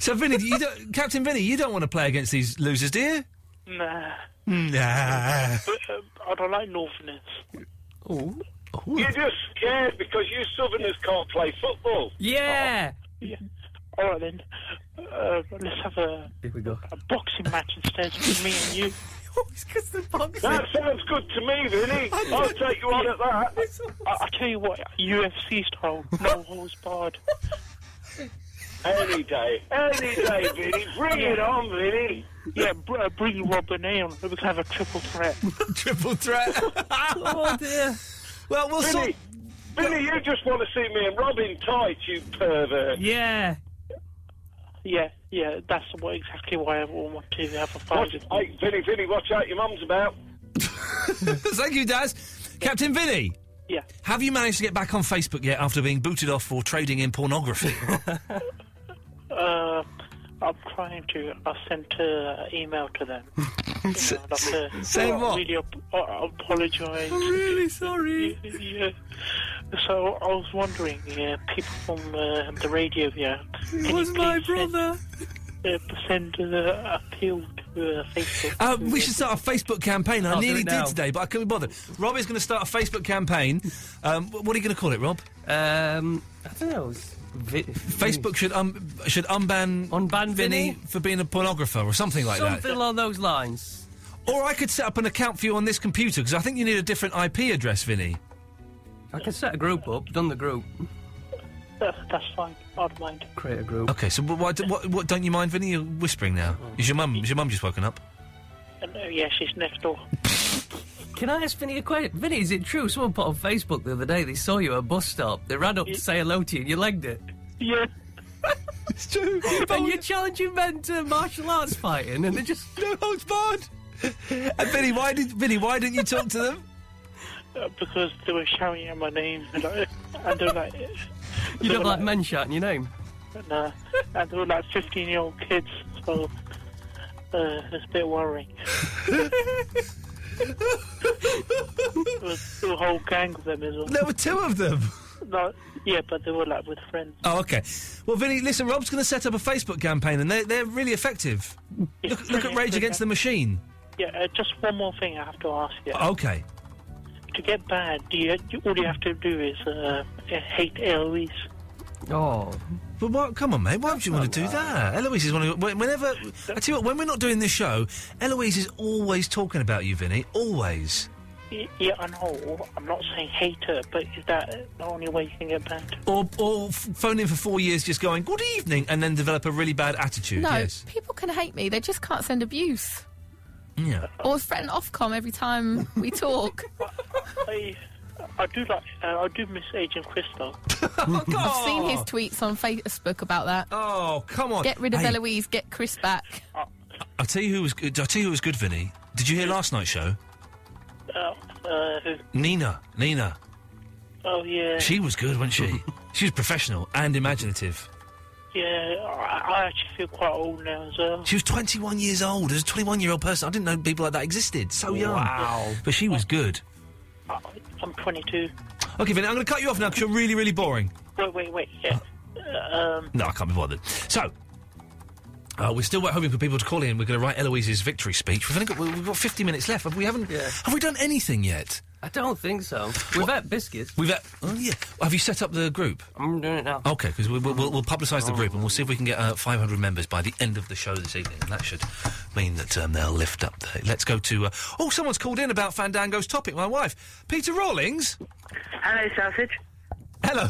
S2: so, Vinny, you don't, Captain Vinny, you don't want to play against these losers, do you?
S13: Nah.
S2: Nah.
S13: But, um, I don't like northerners.
S2: Oh.
S17: You're just scared because you Southerners can't play football.
S3: Yeah.
S13: Yeah. All right then. Uh, let's have a,
S3: Here we go.
S13: a boxing match instead between me and you.
S3: because Oh, the boxing.
S17: That sounds good to me, Vinny. I'll take you on at that.
S13: I, I tell you what, UFC style, no holds barred.
S17: Any day, any day, Vinny. Bring it on, Vinny.
S13: Yeah, br- uh, bring Robin in. We can have a triple threat.
S2: triple threat.
S3: oh dear.
S2: Well, we'll
S17: Vinny, Vinny, you just want to see me and Robin tight, you pervert.
S3: Yeah.
S13: Yeah, yeah, that's what, exactly why I want to have a fight.
S17: Watch, hey, Vinny, Vinny, watch out, your mum's about.
S2: Thank you, Daz. Captain Vinny.
S13: Yeah.
S2: Have you managed to get back on Facebook yet after being booted off for trading in pornography?
S13: Uh, I'm trying to. I sent an email to them. You know, like, uh,
S2: say
S13: I
S2: what?
S13: Really ap- uh, apologise.
S3: I'm really sorry.
S13: Yeah. So I was wondering, yeah, people from uh, the radio here. Can
S3: was
S13: you
S3: my
S13: please Send, uh, send uh, appeal to uh, Facebook.
S2: Uh, we should start a Facebook campaign. I
S13: I'll do
S2: nearly
S13: it
S2: did
S13: now.
S2: today, but I couldn't be bothered. Rob is going to start a Facebook campaign. Um, wh- what are you going to call it, Rob?
S3: Um, I don't know.
S2: Facebook should um, should unban unban Vinny for being a pornographer or something like
S3: Something
S2: that.
S3: along those lines.
S2: Or I could set up an account for you on this computer because I think you need a different IP address, Vinny.
S3: I can set a group up. Done the group.
S13: That's, Uh, that's fine. I don't mind.
S3: Create a group.
S2: Okay, so wh- why, do- what, what don't you mind, Vinny? You're whispering now. Is your mum? Is your mum just woken up?
S13: And, uh, yeah, she's next door.
S3: Can I ask Vinny a question? Vinny, is it true? Someone put on Facebook the other day they saw you at a bus stop. They ran up to say hello to you and you legged it.
S13: Yeah.
S3: it's true.
S2: Oh,
S3: and you're challenging men to martial arts fighting and they just.
S2: No holds barred. And Vinny, why did Vinny? Why didn't you talk to them?
S13: Uh, because they were shouting out my name, and, I, and they were like,
S3: You don't like men shouting your name.
S13: and, uh, and they were like 15 year old kids, so uh, it's a bit worrying. there was a whole gang of them as well.
S2: There were two of them.
S13: No, yeah, but they were like with friends.
S2: Oh, okay. Well, Vinny, listen, Rob's going to set up a Facebook campaign, and they're, they're really effective. Look, look at Rage Against the Machine.
S13: Yeah, uh, just one more thing I have to ask you.
S2: Okay.
S13: To get bad, do you, you- all you have to do is uh, hate Eloise.
S3: Oh.
S2: But what? Come on, mate. Why would you want to do that? Eloise is one of when- whenever. I tell you what, when we're not doing this show, Eloise is always talking about you, Vinny. Always.
S13: Y- Yeah, I know. I'm not saying hate her, but is that the only way you can get bad?
S2: Or, or f- phone in for four years, just going good evening, and then develop a really bad attitude.
S5: No,
S2: Yes.
S5: people can hate me. They just can't send abuse.
S2: Yeah.
S5: Or threaten Ofcom every time we talk.
S13: I, I do like. Uh, I do miss Agent Crystal.
S5: I've seen his tweets on Facebook about that.
S2: Oh, come on.
S5: Get rid of
S2: Hey.
S5: Eloise, get Chris back.
S2: I'll tell you who was good. I'll tell you who was good, Vinny. Did you hear last night's show?
S13: Uh, uh, who-
S2: Nina. Nina.
S13: oh yeah.
S2: She was good, wasn't she? she was professional and imaginative.
S13: Yeah, I, I actually feel quite old now as well.
S2: She was 21 years old. As a 21 year old person, I didn't know people like that existed. So young.
S13: Wow.
S2: Oh, But she was good.
S13: I'm 22.
S2: Okay, Vinny, I'm going to cut you off now because you're really, really boring.
S13: Wait, wait, wait. Yeah. Um,
S2: No, I can't be bothered. So. Uh, we're still hoping for people to call in. We're going to write Eloise's victory speech. We've only got we've got 50 minutes left. Have we haven't have we done anything yet?
S3: I don't think so. We've had biscuits.
S2: We've had, oh yeah. Have you set up the group?
S3: I'm doing it now. Oh.
S2: Okay, because we, we'll, we'll, we'll publicise the group and we'll see if we can get uh, 500 members by the end of the show this evening. And that should mean that um, they'll lift up. The, let's go to. Uh, oh, someone's called in about Fandango's topic. My wife, Peter Rawlings.
S18: Hello, sausage.
S2: Hello.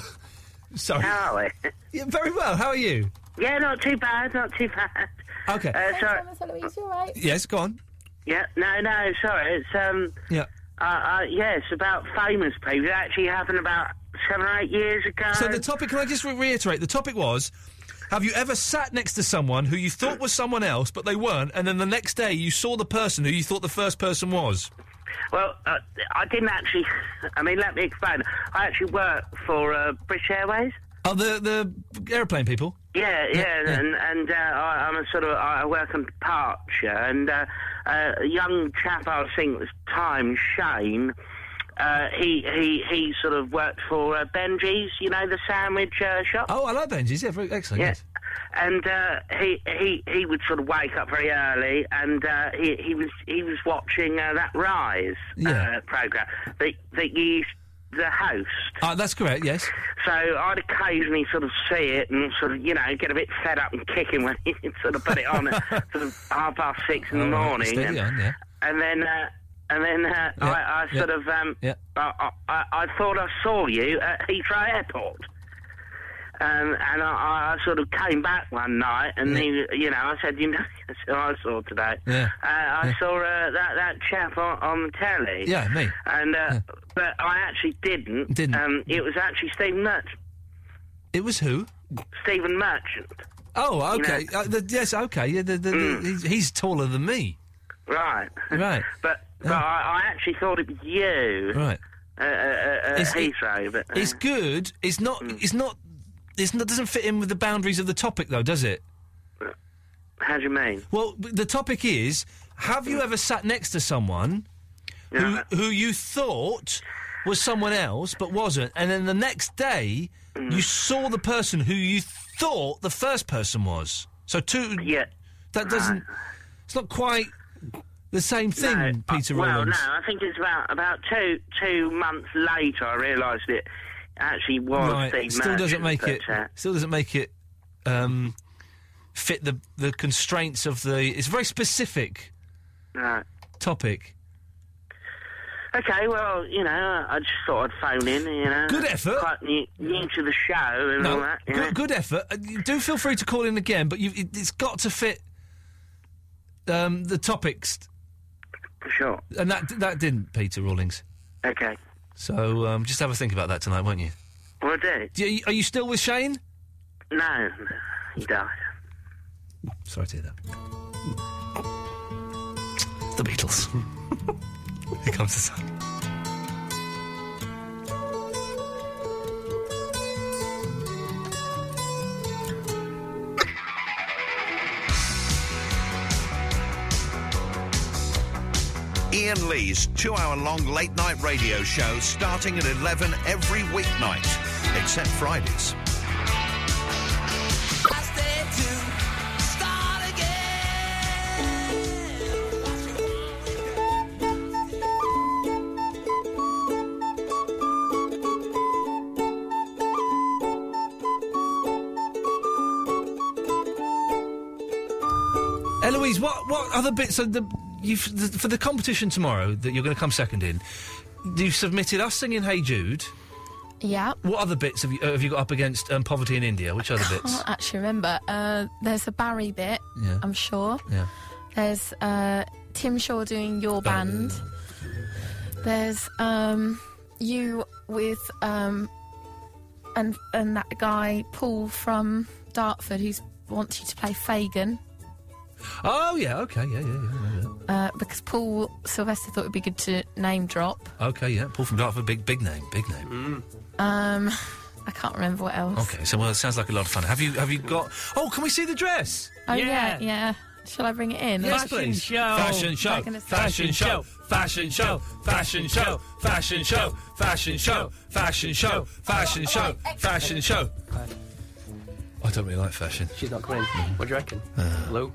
S2: Sorry.
S18: How are we?
S2: Yeah, very well. How are you?
S18: Yeah, not too bad, not too bad.
S2: Okay.
S18: Uh, sorry.
S2: Yes, go on.
S18: Yeah, no, no, sorry. It's um,
S2: Yeah.
S18: uh, uh, yeah, it's about famous people. It actually happened about seven or eight years ago.
S2: So the topic. Can I just re- reiterate? The topic was. Have you ever sat next to someone who you thought was someone else, but they weren't, and then the next day you saw the person who you thought the first person was?
S18: Well, uh, I didn't actually. I mean, let me explain. I actually work for uh, British Airways.
S2: Oh, the the airplane people.
S18: Yeah, yeah, and and uh, I, I'm a sort of I work on departure, and uh, a young chap I was seeing at the time, Shane. Uh, he he he sort of worked for uh, Benji's, you know, the sandwich uh, shop.
S2: Oh, I like Benji's. Yeah, very excellent.
S18: Yeah.
S2: Yes.
S18: And uh, he he he would sort of wake up very early, and uh, he he was he was watching uh, that Rise
S2: Yeah.
S18: uh, program that that you used the host.
S2: Uh, that's correct, yes.
S18: So I'd occasionally sort of see it and sort of, you know, get a bit fed up and kicking when he sort of put it on at sort of half past six in the
S2: All Oh, right,
S18: morning. and,
S2: steady on, yeah.
S18: and then, uh, and then uh,
S2: Yeah,
S18: I, I
S2: yeah.
S18: sort of, um,
S2: Yeah.
S18: I, I- I, I thought I saw you at Heathrow Airport. Um, and I, I sort of came back one night, and he, you know, I said, you know, I said, I saw today.
S2: Yeah.
S18: Uh, I saw uh, that that chap on, on the telly.
S2: Yeah, me.
S18: And uh, but I actually didn't. Didn't. Um, it was actually Stephen Merchant.
S2: It was who?
S18: Stephen Merchant.
S2: Oh,
S18: You know. Hmm.
S2: okay. Uh, the, yes, okay. Yeah, the, the, the- he's, he's taller than me.
S18: Right.
S2: Right.
S18: But but I, I actually thought it was you.
S2: Right.
S18: Uh, uh, uh,
S2: It's- it-
S18: Heathrow, but uh,
S2: It's good. It's not.
S18: Hmm.
S2: It's not. It's not. Doesn't fit in with the boundaries of the topic, though, does it?
S18: how do you mean? Hmm.
S2: Well, b- the topic is: Have you ever sat next to someone who who you thought was someone else but wasn't, and then the next day
S18: Hmm.
S2: you saw the person who you thought the first person was? So two.
S18: Yeah.
S2: That doesn't. It's not quite the same thing, Peter
S18: uh, well,
S2: Rawlings.
S18: no, I think it's about about two two months later. I realised it actually was
S2: right.
S18: Steve
S2: still doesn't
S18: Merchant,
S2: make
S18: but,
S2: it.
S18: uh,
S2: Still doesn't make it um, fit the the constraints of the. It's a very specific
S18: no.
S2: topic.
S18: Okay, well, you know, I just thought I'd phone in. You know,
S2: Good effort.
S18: Quite new, new to the show and all that. You know.
S2: good, good effort. Uh, you do feel free to call in again, but you, it, it's got to fit um, the topics,
S18: Sure.
S2: and that that didn't, Peter Rawlings.
S18: Okay.
S2: So um, just have a think about that tonight, won't you?
S18: Well, do.
S2: Do you- Are you still with Shane?
S18: No, he died.
S2: Sorry to hear that. It's the Beatles. Here comes the sun.
S19: Ian Lee's two hour long late night radio show starting at 11 every weeknight, except Fridays.
S2: Eloise, what what other bits of the you the, for the competition tomorrow that you're going to come second in? You've submitted us singing "Hey Jude."
S5: Yeah.
S2: What other bits have you uh, have you got up against um, poverty in India? Which other bits?
S5: Can't actually remember. Uh, there's a Barry bit,
S2: Yeah.
S5: I'm sure.
S2: Yeah.
S5: There's uh, Tim Shaw doing your band. There's um, you with um, and and that guy Paul from Dartford who wants you to play Fagin
S2: Oh yeah, okay, yeah, yeah, yeah, yeah,
S5: uh, because Paul Sylvester thought it'd be good to name drop.
S2: yeah. Okay, yeah. Paul from Dartford, big big name, big name.
S5: Um, I can't remember what else.
S2: Okay, so well, it sounds like a lot of fun. Have you have you got? Oh, can we see the dress?
S5: Oh yeah, yeah. Shall I bring it in?
S2: Yes, please. Fashion show.
S5: Like in a-
S2: Fashion show. Fashion show. Fashion show. Fashion show. Fashion show. Fashion show. Fashion show. Fashion show. I don't really like fashion. Uh,
S3: She's not coming. What do you reckon? blue.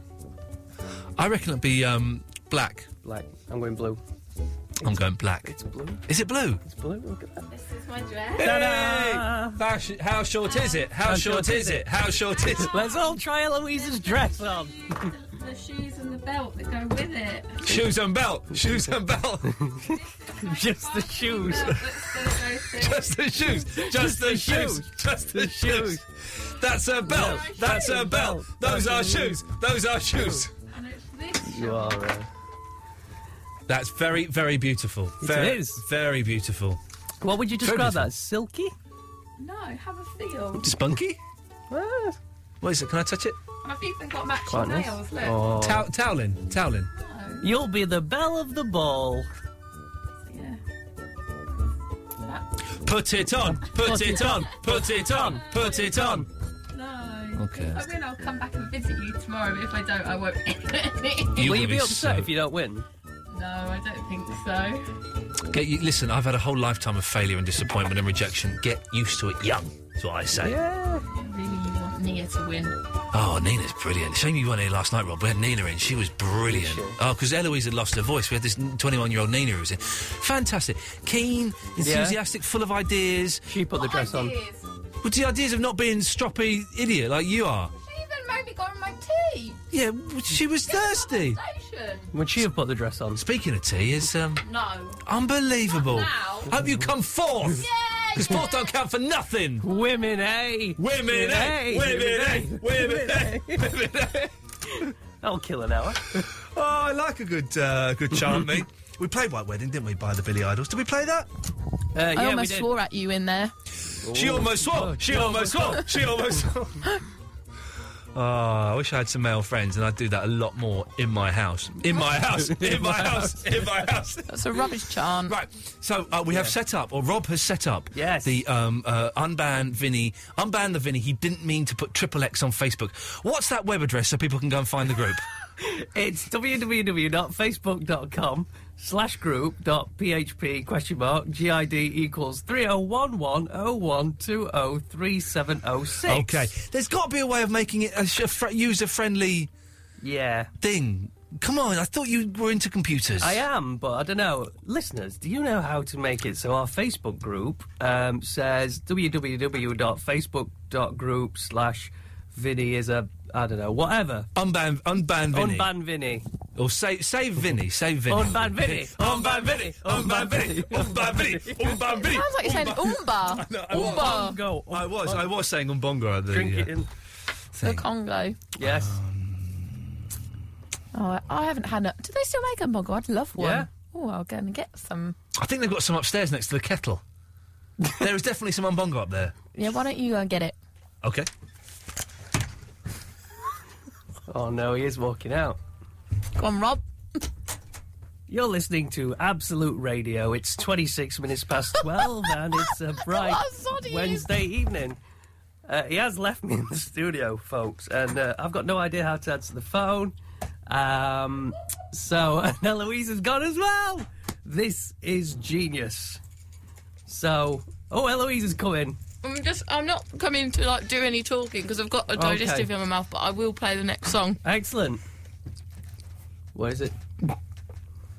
S2: I reckon it'd be um, black.
S3: Black. I'm going blue.
S2: I'm going black. It's
S3: blue.
S2: Is it blue?
S3: It's blue. Look at that.
S5: My dress.
S2: Ta-da! Fashion, how short is it? How short is it? How short is it?
S3: Let's all try Eloise's dress on.
S20: The shoes and the belt that go with it.
S2: Shoes and belt. Shoes and belt.
S3: Just the shoes.
S2: Just the shoes. Just the shoes. Just the shoes. That's a belt. That's a belt. Those are shoes. Those are shoes.
S3: You are. Uh,
S2: That's very, very beautiful.
S3: It
S2: very,
S3: is.
S2: Very beautiful.
S3: what would you
S2: Very
S3: describe
S2: beautiful.
S3: that? as? Silky?
S20: No, have a feel.
S2: Spunky?
S7: ah.
S2: What is it? Can I touch it? Oh.
S20: I've even got matching
S2: Quite nice.
S20: nails. Look.
S7: Oh.
S2: Tow- toweling. Toweling.
S3: Oh. You'll be the belle of the ball.
S2: Put it on. Put it on. Put it on. Put it on.
S20: No.
S2: Okay.
S20: If I win, I'll come back and visit you tomorrow. But if I don't, I won't. be
S2: You
S3: Will
S2: will
S3: you be
S2: be
S3: upset
S2: so-
S3: if you don't win?
S20: No, I don't think so.
S2: Get you, listen, I've had a whole lifetime of failure and disappointment and rejection. Get used to it young, is what I say.
S20: Really, you want
S5: Nia to win.
S2: Oh, Nina's brilliant. Shame you weren't here last night, Rob. We had Nina in. She was brilliant. Oh, because Eloise had lost her voice. We had this 21 year old Nina who was in. Fantastic. Keen, enthusiastic, full of ideas. She put the dress on. But the ideas of not being stroppy idiot like you are.
S5: She even made me go in my tea.
S2: Yeah, w- she was thirsty.
S5: Station.
S2: Would she have put the dress on? Speaking of tea, is um,
S5: No.
S2: unbelievable.
S5: Not now.
S2: Hope you come forth. Because fourth don't count for nothing. Women, eh? Women, eh? Women, eh? Women, eh? Women, eh? That'll kill an hour. oh, I like a good, uh, good chant, mate. We played White Wedding, didn't we, by the Billy Idols? Did we play that? Uh,
S7: I almost swore at you in there.
S2: She almost swore. She almost swore. She almost swore. Oh, I wish I had some male friends, and I'd do that a lot more in my house. In my house. In my house. In my house.
S7: That's a rubbish chant.
S2: Right. So uh, we have set up, or Rob has set up, yes. the um, uh, unban Vinny, unban the Vinny. He didn't mean to put triple X on Facebook. What's that web address so people can go and find the group?
S3: It's www.facebook.com slash group dot php question mark gid equals 301101203706.
S2: Okay. There's got to be a way of making it a, sh- a fr- user-friendly,
S3: yeah,
S2: thing. Come on, I thought you were into computers.
S3: I am, but I don't know. Listeners, do you know how to make it? So our Facebook group um, says www.facebook.group slash Vinny is a, I don't know, whatever.
S2: Unban, unban Vinny.
S3: Unban Vinny.
S2: Or say, say Vinny, say Vinny.
S3: Unban Vinny. Unban Vinny. Unban Vinny.
S2: Unban Vinny. Unban Vinny.
S7: Sounds like you're saying Umba.
S2: I was-
S7: Umba.
S2: I was, I was saying umbongo. at The,
S7: Drink it
S2: uh,
S7: in. The Congo.
S3: Yes.
S7: Oh, I- I haven't had a. Do they still make a mogul? I'd love one.
S2: Yeah.
S7: Oh, I'll go and get some.
S2: I think they've got some upstairs next to the kettle. there is definitely some umbongo up there.
S7: Yeah, why don't you go and get it?
S2: Okay.
S3: Oh no, he is walking out.
S7: Go on, Rob.
S3: You're listening to Absolute Radio. It's 26 minutes past 12 and it's a bright Wednesday evening. Uh, he has left me in the studio, folks, and uh, I've got no idea how to answer the phone. Um, so, and Eloise has gone as well. This is genius. So, oh, Eloise is coming.
S5: I'm just. I'm not coming to like do any talking because I've got a
S3: Okay.
S5: digestive in my mouth. But I will play the next song.
S3: Excellent. What is it?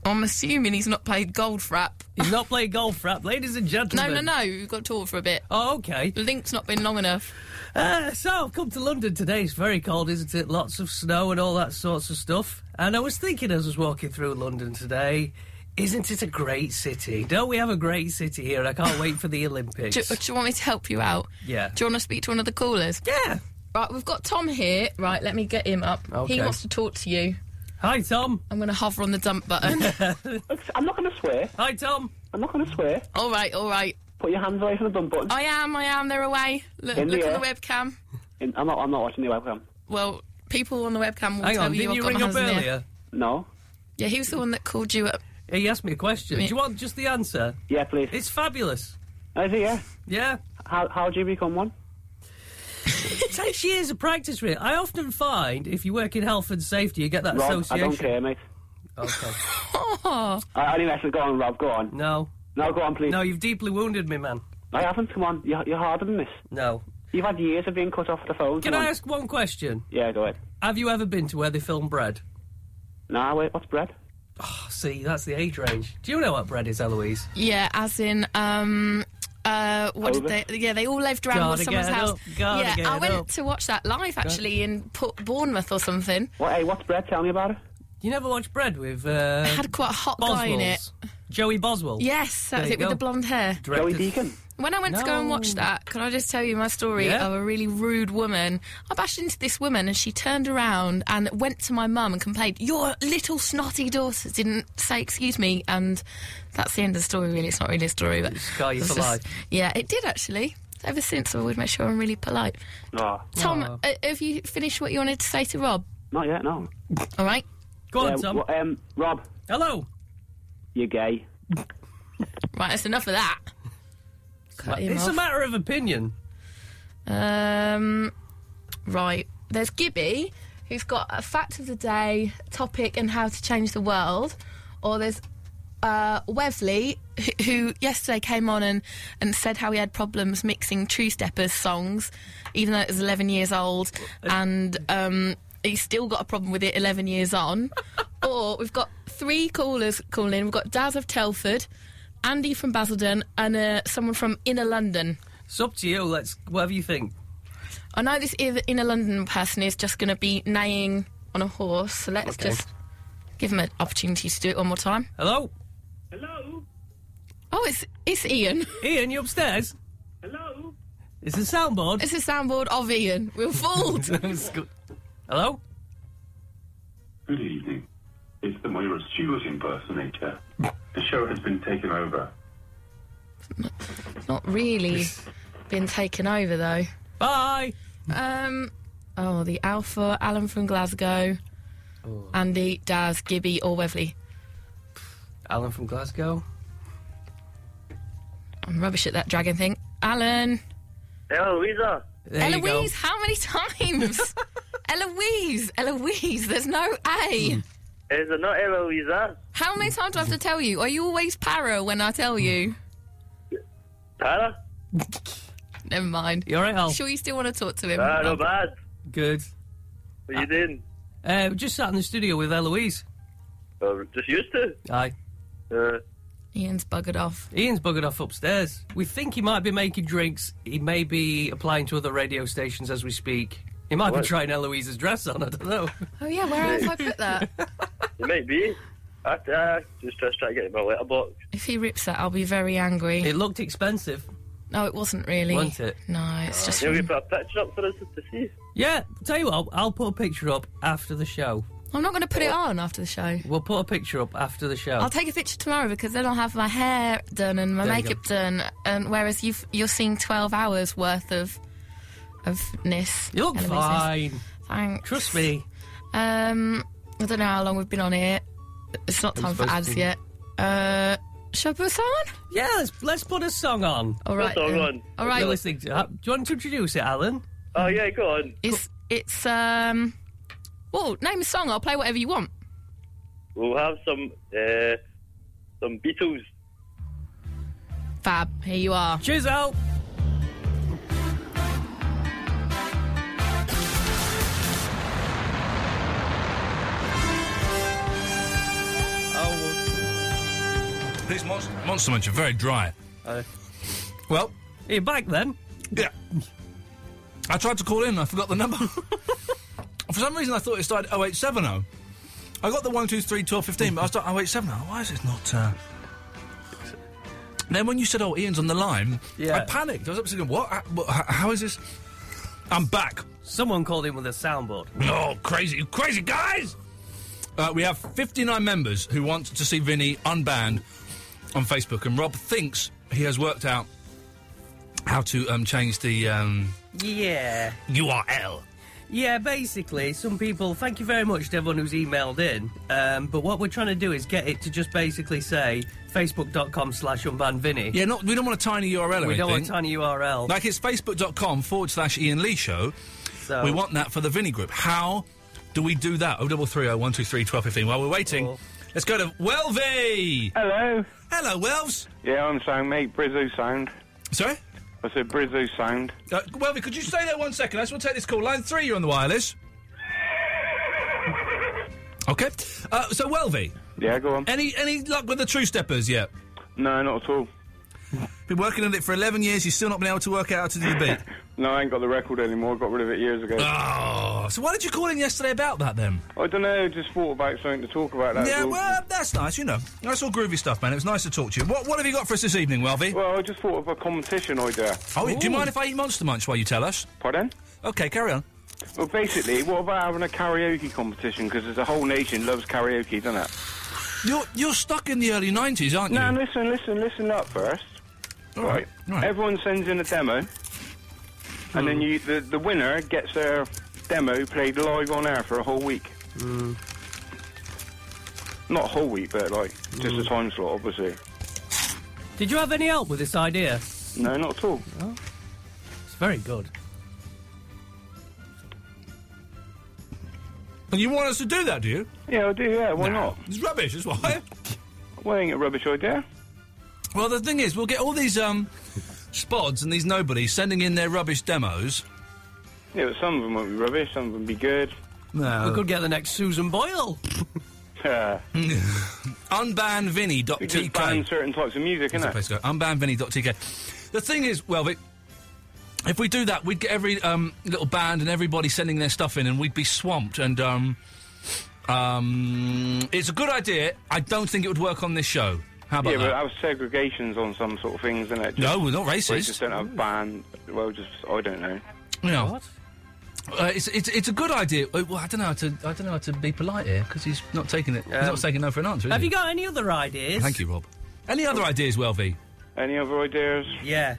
S5: I'm assuming he's not played golf rap.
S3: He's not played golf rap, ladies and
S5: No,
S3: gentlemen.
S5: no, no. We've got to talk for a bit.
S3: Oh, okay.
S5: The link's not been long enough.
S3: Uh, so I've come to London today. It's very cold, isn't it? Lots of snow and all that sorts of stuff. And I was thinking as I was walking through London today, isn't it a great city? Don't we have a great city here? And I can't wait for the Olympics.
S5: Do, do you want me to help you out?
S3: yeah.
S5: Do you want to speak to one of the callers?
S3: Yeah.
S5: Right, we've got Tom here. Right, let me get him up.
S3: Okay.
S5: He wants to talk to you.
S3: Hi, Tom.
S5: I'm going to hover on the dump button.
S16: I'm not going to swear.
S3: Hi, Tom.
S16: I'm not going to swear.
S5: all right, Uh, all right.
S16: Put your hands away from the bum button.
S5: I am, I am. They're away. Look,
S16: In the
S5: look at
S16: air.
S5: the webcam.
S16: In- I'm not. I'm not watching the webcam.
S5: Well, people on the webcam will
S3: Hang
S5: tell
S3: on,
S5: you.
S3: didn't
S5: I've
S3: you
S5: got
S3: ring
S5: my
S3: up
S5: hands in the air.
S3: earlier?
S16: No.
S5: Yeah, he was the one that called you up.
S3: He asked me a question. Do you want just the answer?
S16: Yeah, please.
S3: It's fabulous.
S16: Is it? Yeah.
S3: Yeah.
S16: How How do you become one?
S3: It takes years of practice, really. I often find if you work in health and safety, you get that
S16: Rob, I
S3: association.
S16: don't care, mate.
S3: Okay.
S5: Oh.
S16: I only messing. Go on, Rob. Go on.
S3: No.
S16: No, go on, please.
S3: No, you've deeply wounded me, man.
S16: I haven't. Come on. You're, you're harder than this.
S3: No.
S16: You've had years of being cut off the phone.
S3: Can
S16: come
S3: I
S16: on.
S3: ask one question?
S16: Yeah, go ahead.
S3: Have you ever been to where they film bread?
S16: Nah, wait. What's bread?
S3: Oh, see, that's the age range. Do you know what bread is, Eloise?
S5: Yeah, as in, um, uh, what
S3: Over.
S5: did they? Yeah, they all lived around
S3: Gotta
S5: someone's
S3: get
S5: house.
S3: up, gotta
S5: yeah,
S3: get
S5: I went
S3: up.
S5: to watch that live actually in Port Bournemouth or something.
S16: What? Hey, what's bread? Tell me about it.
S3: You never watched bread with uh,
S5: I had quite a hot guy in it.
S3: Joey Boswell.
S5: Yes,
S3: There
S5: that's
S3: you
S5: it with
S3: go.
S5: the blonde hair.
S3: Directed-
S5: When I went to go and watch that, can I just tell you my story
S3: Yeah.
S5: of a really rude woman? I bashed into this woman and she turned around and went to my mum and complained, Your little snotty daughter didn't say excuse me. And that's the end of the story, really. It's not really a story, but.
S3: Scar you
S5: it's
S3: for
S5: just-
S3: life.
S5: Yeah, it did actually. Ever since, I would make sure I'm really polite.
S16: No.
S5: Tom,
S3: Ah.
S5: uh, have you finished what you wanted to say to Rob?
S16: Not yet. No.
S5: All right.
S3: Go on,
S16: Yeah,
S3: Tom.
S16: wha- um, Rob.
S3: Hello.
S16: You're gay.
S5: Right, that's enough of that. Cut him
S3: It's a
S5: off.
S3: matter of opinion.
S5: Um, right. There's Gibby, who's got a fact of the day, topic, and how to change the world. Or there's uh, Wesley, who, who yesterday came on and, and said how he had problems mixing True Steppers songs, even though it was 11 years old, and um, he's still got a problem with it 11 years on. or we've got three callers calling in. We've got Daz of Telford, Andy from Basildon, and uh, someone from Inner London.
S3: It's up to you. Let's whatever you think.
S5: I know this inner inner London person is just going to be neighing on a horse, so let's
S3: Okay.
S5: just give him an opportunity to do it one more time.
S3: Hello,
S5: Hello. Oh, it's it's Ian.
S3: Ian, you upstairs?
S5: Hello.
S3: It's a soundboard.
S5: It's a soundboard of Ian. We're fooled.
S3: Hello.
S10: Good evening. It's the Moira Stewart impersonator. The show has been taken over.
S5: Not really been taken over though.
S3: Bye.
S5: Um. Oh, the Alpha, Alan from Glasgow,
S3: Oh.
S5: Andy, Daz, Gibby, or Wesley.
S3: Alan from Glasgow.
S5: I'm rubbish at that dragon thing. Alan.
S7: Eloisa.
S5: Eloise, how many times? Eloise, Eloise, there's no
S3: Hmm.
S5: A.
S7: Is it not Eloisa?
S5: How many times do I have to tell you? Are you always para when I tell you?
S7: Para?
S5: Never mind.
S3: You all Hmm. right, Al?
S5: Sure, you still want to talk to him?
S7: bad.
S3: Good.
S7: What you doing?
S3: Uh, just sat in the studio with Eloise.
S7: Uh, just used to.
S3: Aye.
S7: Uh,
S5: Ian's buggered off.
S3: Ian's buggered off upstairs. We think he might be making drinks. He may be applying to other radio stations as we speak. He might
S7: What?
S3: be trying Eloise's dress on. I don't know.
S5: Oh yeah, where else I put that?
S7: it might be. I, I just, just try to get in my letterbox.
S5: If he rips that, I'll be very angry.
S3: It looked expensive,
S5: No, it wasn't really.
S3: wasn't it?
S5: No, it's just.
S7: Can we put a picture up for us to see?
S3: Yeah. Tell you what, I'll- I'll put a picture up after the show.
S5: I'm not going to put it on after the show.
S3: We'll put a picture up after the show.
S5: I'll take a picture tomorrow because then I'll have my hair done and my
S3: Oh. There you go.
S5: makeup done. And whereas you've you're seeing 12 hours worth of of ness.
S3: You look
S5: Eloise's.
S3: Oh, fine.
S5: Thanks.
S3: Trust me.
S5: Um, I don't know how long we've been on here. It's not
S3: I'm
S5: time for
S3: supposed
S5: ads
S3: to.
S5: yet. Uh, shall I put a song on?
S3: Yeah, let's, let's put a song on.
S5: All right Put a song then. on. All right.
S3: You're listening to, uh, do you want to introduce it, Alan?
S7: Oh, yeah, go on.
S5: It's it's um. Well, name a song. I'll play whatever you want.
S7: We'll have some uh, some Beatles.
S5: Fab. Here you are.
S3: Cheers out.
S2: These monster, monster munch are very dry.
S3: well, you're back then.
S2: Yeah. I tried to call in. I forgot the number. For some reason, I thought it started 0870. I got the one two three twelve fifteen, but I oh was like 0870. Why is it not? Uh... Then when you said, "Oh, Ian's on the line," I panicked. I was upset. going, What? Uh, what- h- How is this? I'm back.
S3: Someone called in with a soundboard.
S2: No, crazy, crazy guys! Uh, we have 59 members who want to see Vinny unbanned on Facebook, and Rob thinks he has worked out how to um, change the um,
S3: Yeah.
S2: URL.
S3: Yeah, basically, some people. Thank you very much to everyone who's emailed in. Um, but what we're trying to do is get it to just basically say facebook.com slash unbanvinny.
S2: Yeah, not, we don't want a tiny URL. or
S3: we don't want
S2: anything.
S3: tiny URL.
S2: Like it's facebook.com forward slash Ian Lee Show.
S3: So-
S2: We want that for the Vinny Group. How do we do that? 0330 123 1215. While we're waiting, let's go to Welvey.
S21: Hello.
S2: Hello, Welves.
S21: Yeah, I'm sound, mate. Brizzo sound.
S2: Sorry?
S21: I said Brizzo sound.
S2: Uh, Welvey, could you stay there one second? I just want to take this call. Line three, you're on the wireless. okay. Uh, so, Welvey.
S21: Yeah, go on.
S2: Any any luck with the True Steppers yet?
S21: No, not at all.
S2: Been working on it for 11 years. You've still not been able to work out how to do the beat.
S21: No, I ain't got the record anymore. Got rid of it years ago.
S2: Oh, so why did you call in yesterday about that then?
S21: I don't know. Just thought about something to talk about. That
S2: yeah, well, that's nice, you know. That's all groovy stuff, man. It was nice to talk to you. What, what have you got for us this evening, Welvy?
S21: Well, I just thought of a competition idea.
S2: Oh, do you mind if I eat Monster Munch while you tell us?
S21: Pardon?
S2: Okay, carry on.
S21: Well, basically, what about having a karaoke competition? Because there's a whole nation loves karaoke, doesn't it?
S2: You're, you're stuck in the early 90s, aren't
S21: No,
S2: you?
S21: listen, listen, listen up first.
S2: All right. Hmm.
S21: Everyone sends in a demo, and then you the, the winner gets their demo played live on air for a whole week.
S2: Hmm.
S21: Not a whole week, but like just
S2: Hmm.
S21: a time slot, obviously.
S3: Did you have any help with this idea?
S21: No, not at all.
S3: It's very good.
S2: And you want us to do that, do you?
S21: Yeah, I do, yeah, why not?
S2: It's rubbish, is why.
S21: Well, ain't a rubbish idea.
S2: Well, the thing is, we'll get all these um, spods and these nobodies sending in their rubbish demos.
S21: Yeah, but some of them won't be rubbish, some of them be good.
S2: No.
S3: We could get the next Susan Boyle.
S2: Unbanvinny.tk.
S21: We just ban certain types of music,
S2: That's
S21: innit?
S2: the place to go. Unbanvinny.tk. The thing is, well, Vic, if we do that, we'd get every um, little band and everybody sending their stuff in, and we'd be swamped. And um, um, it's a good idea. I don't think it would work on this show. How about
S21: yeah,
S2: that?
S21: but have segregations on some sort of things, innit? Just-
S2: No, we're not
S21: where you
S2: racist.
S21: just don't have ban. Well, just I don't know.
S2: Yeah. Uh, it's, it's it's a good idea. Uh, Well, I don't know how to I don't know how to be polite here because he's not taking it. he's
S3: Um,
S2: not taking no for an answer. Is
S3: Have
S2: he?
S3: you got any other ideas?
S2: Thank you, Rob. Any other ideas, Welvy?
S21: Any other ideas?
S3: Yeah.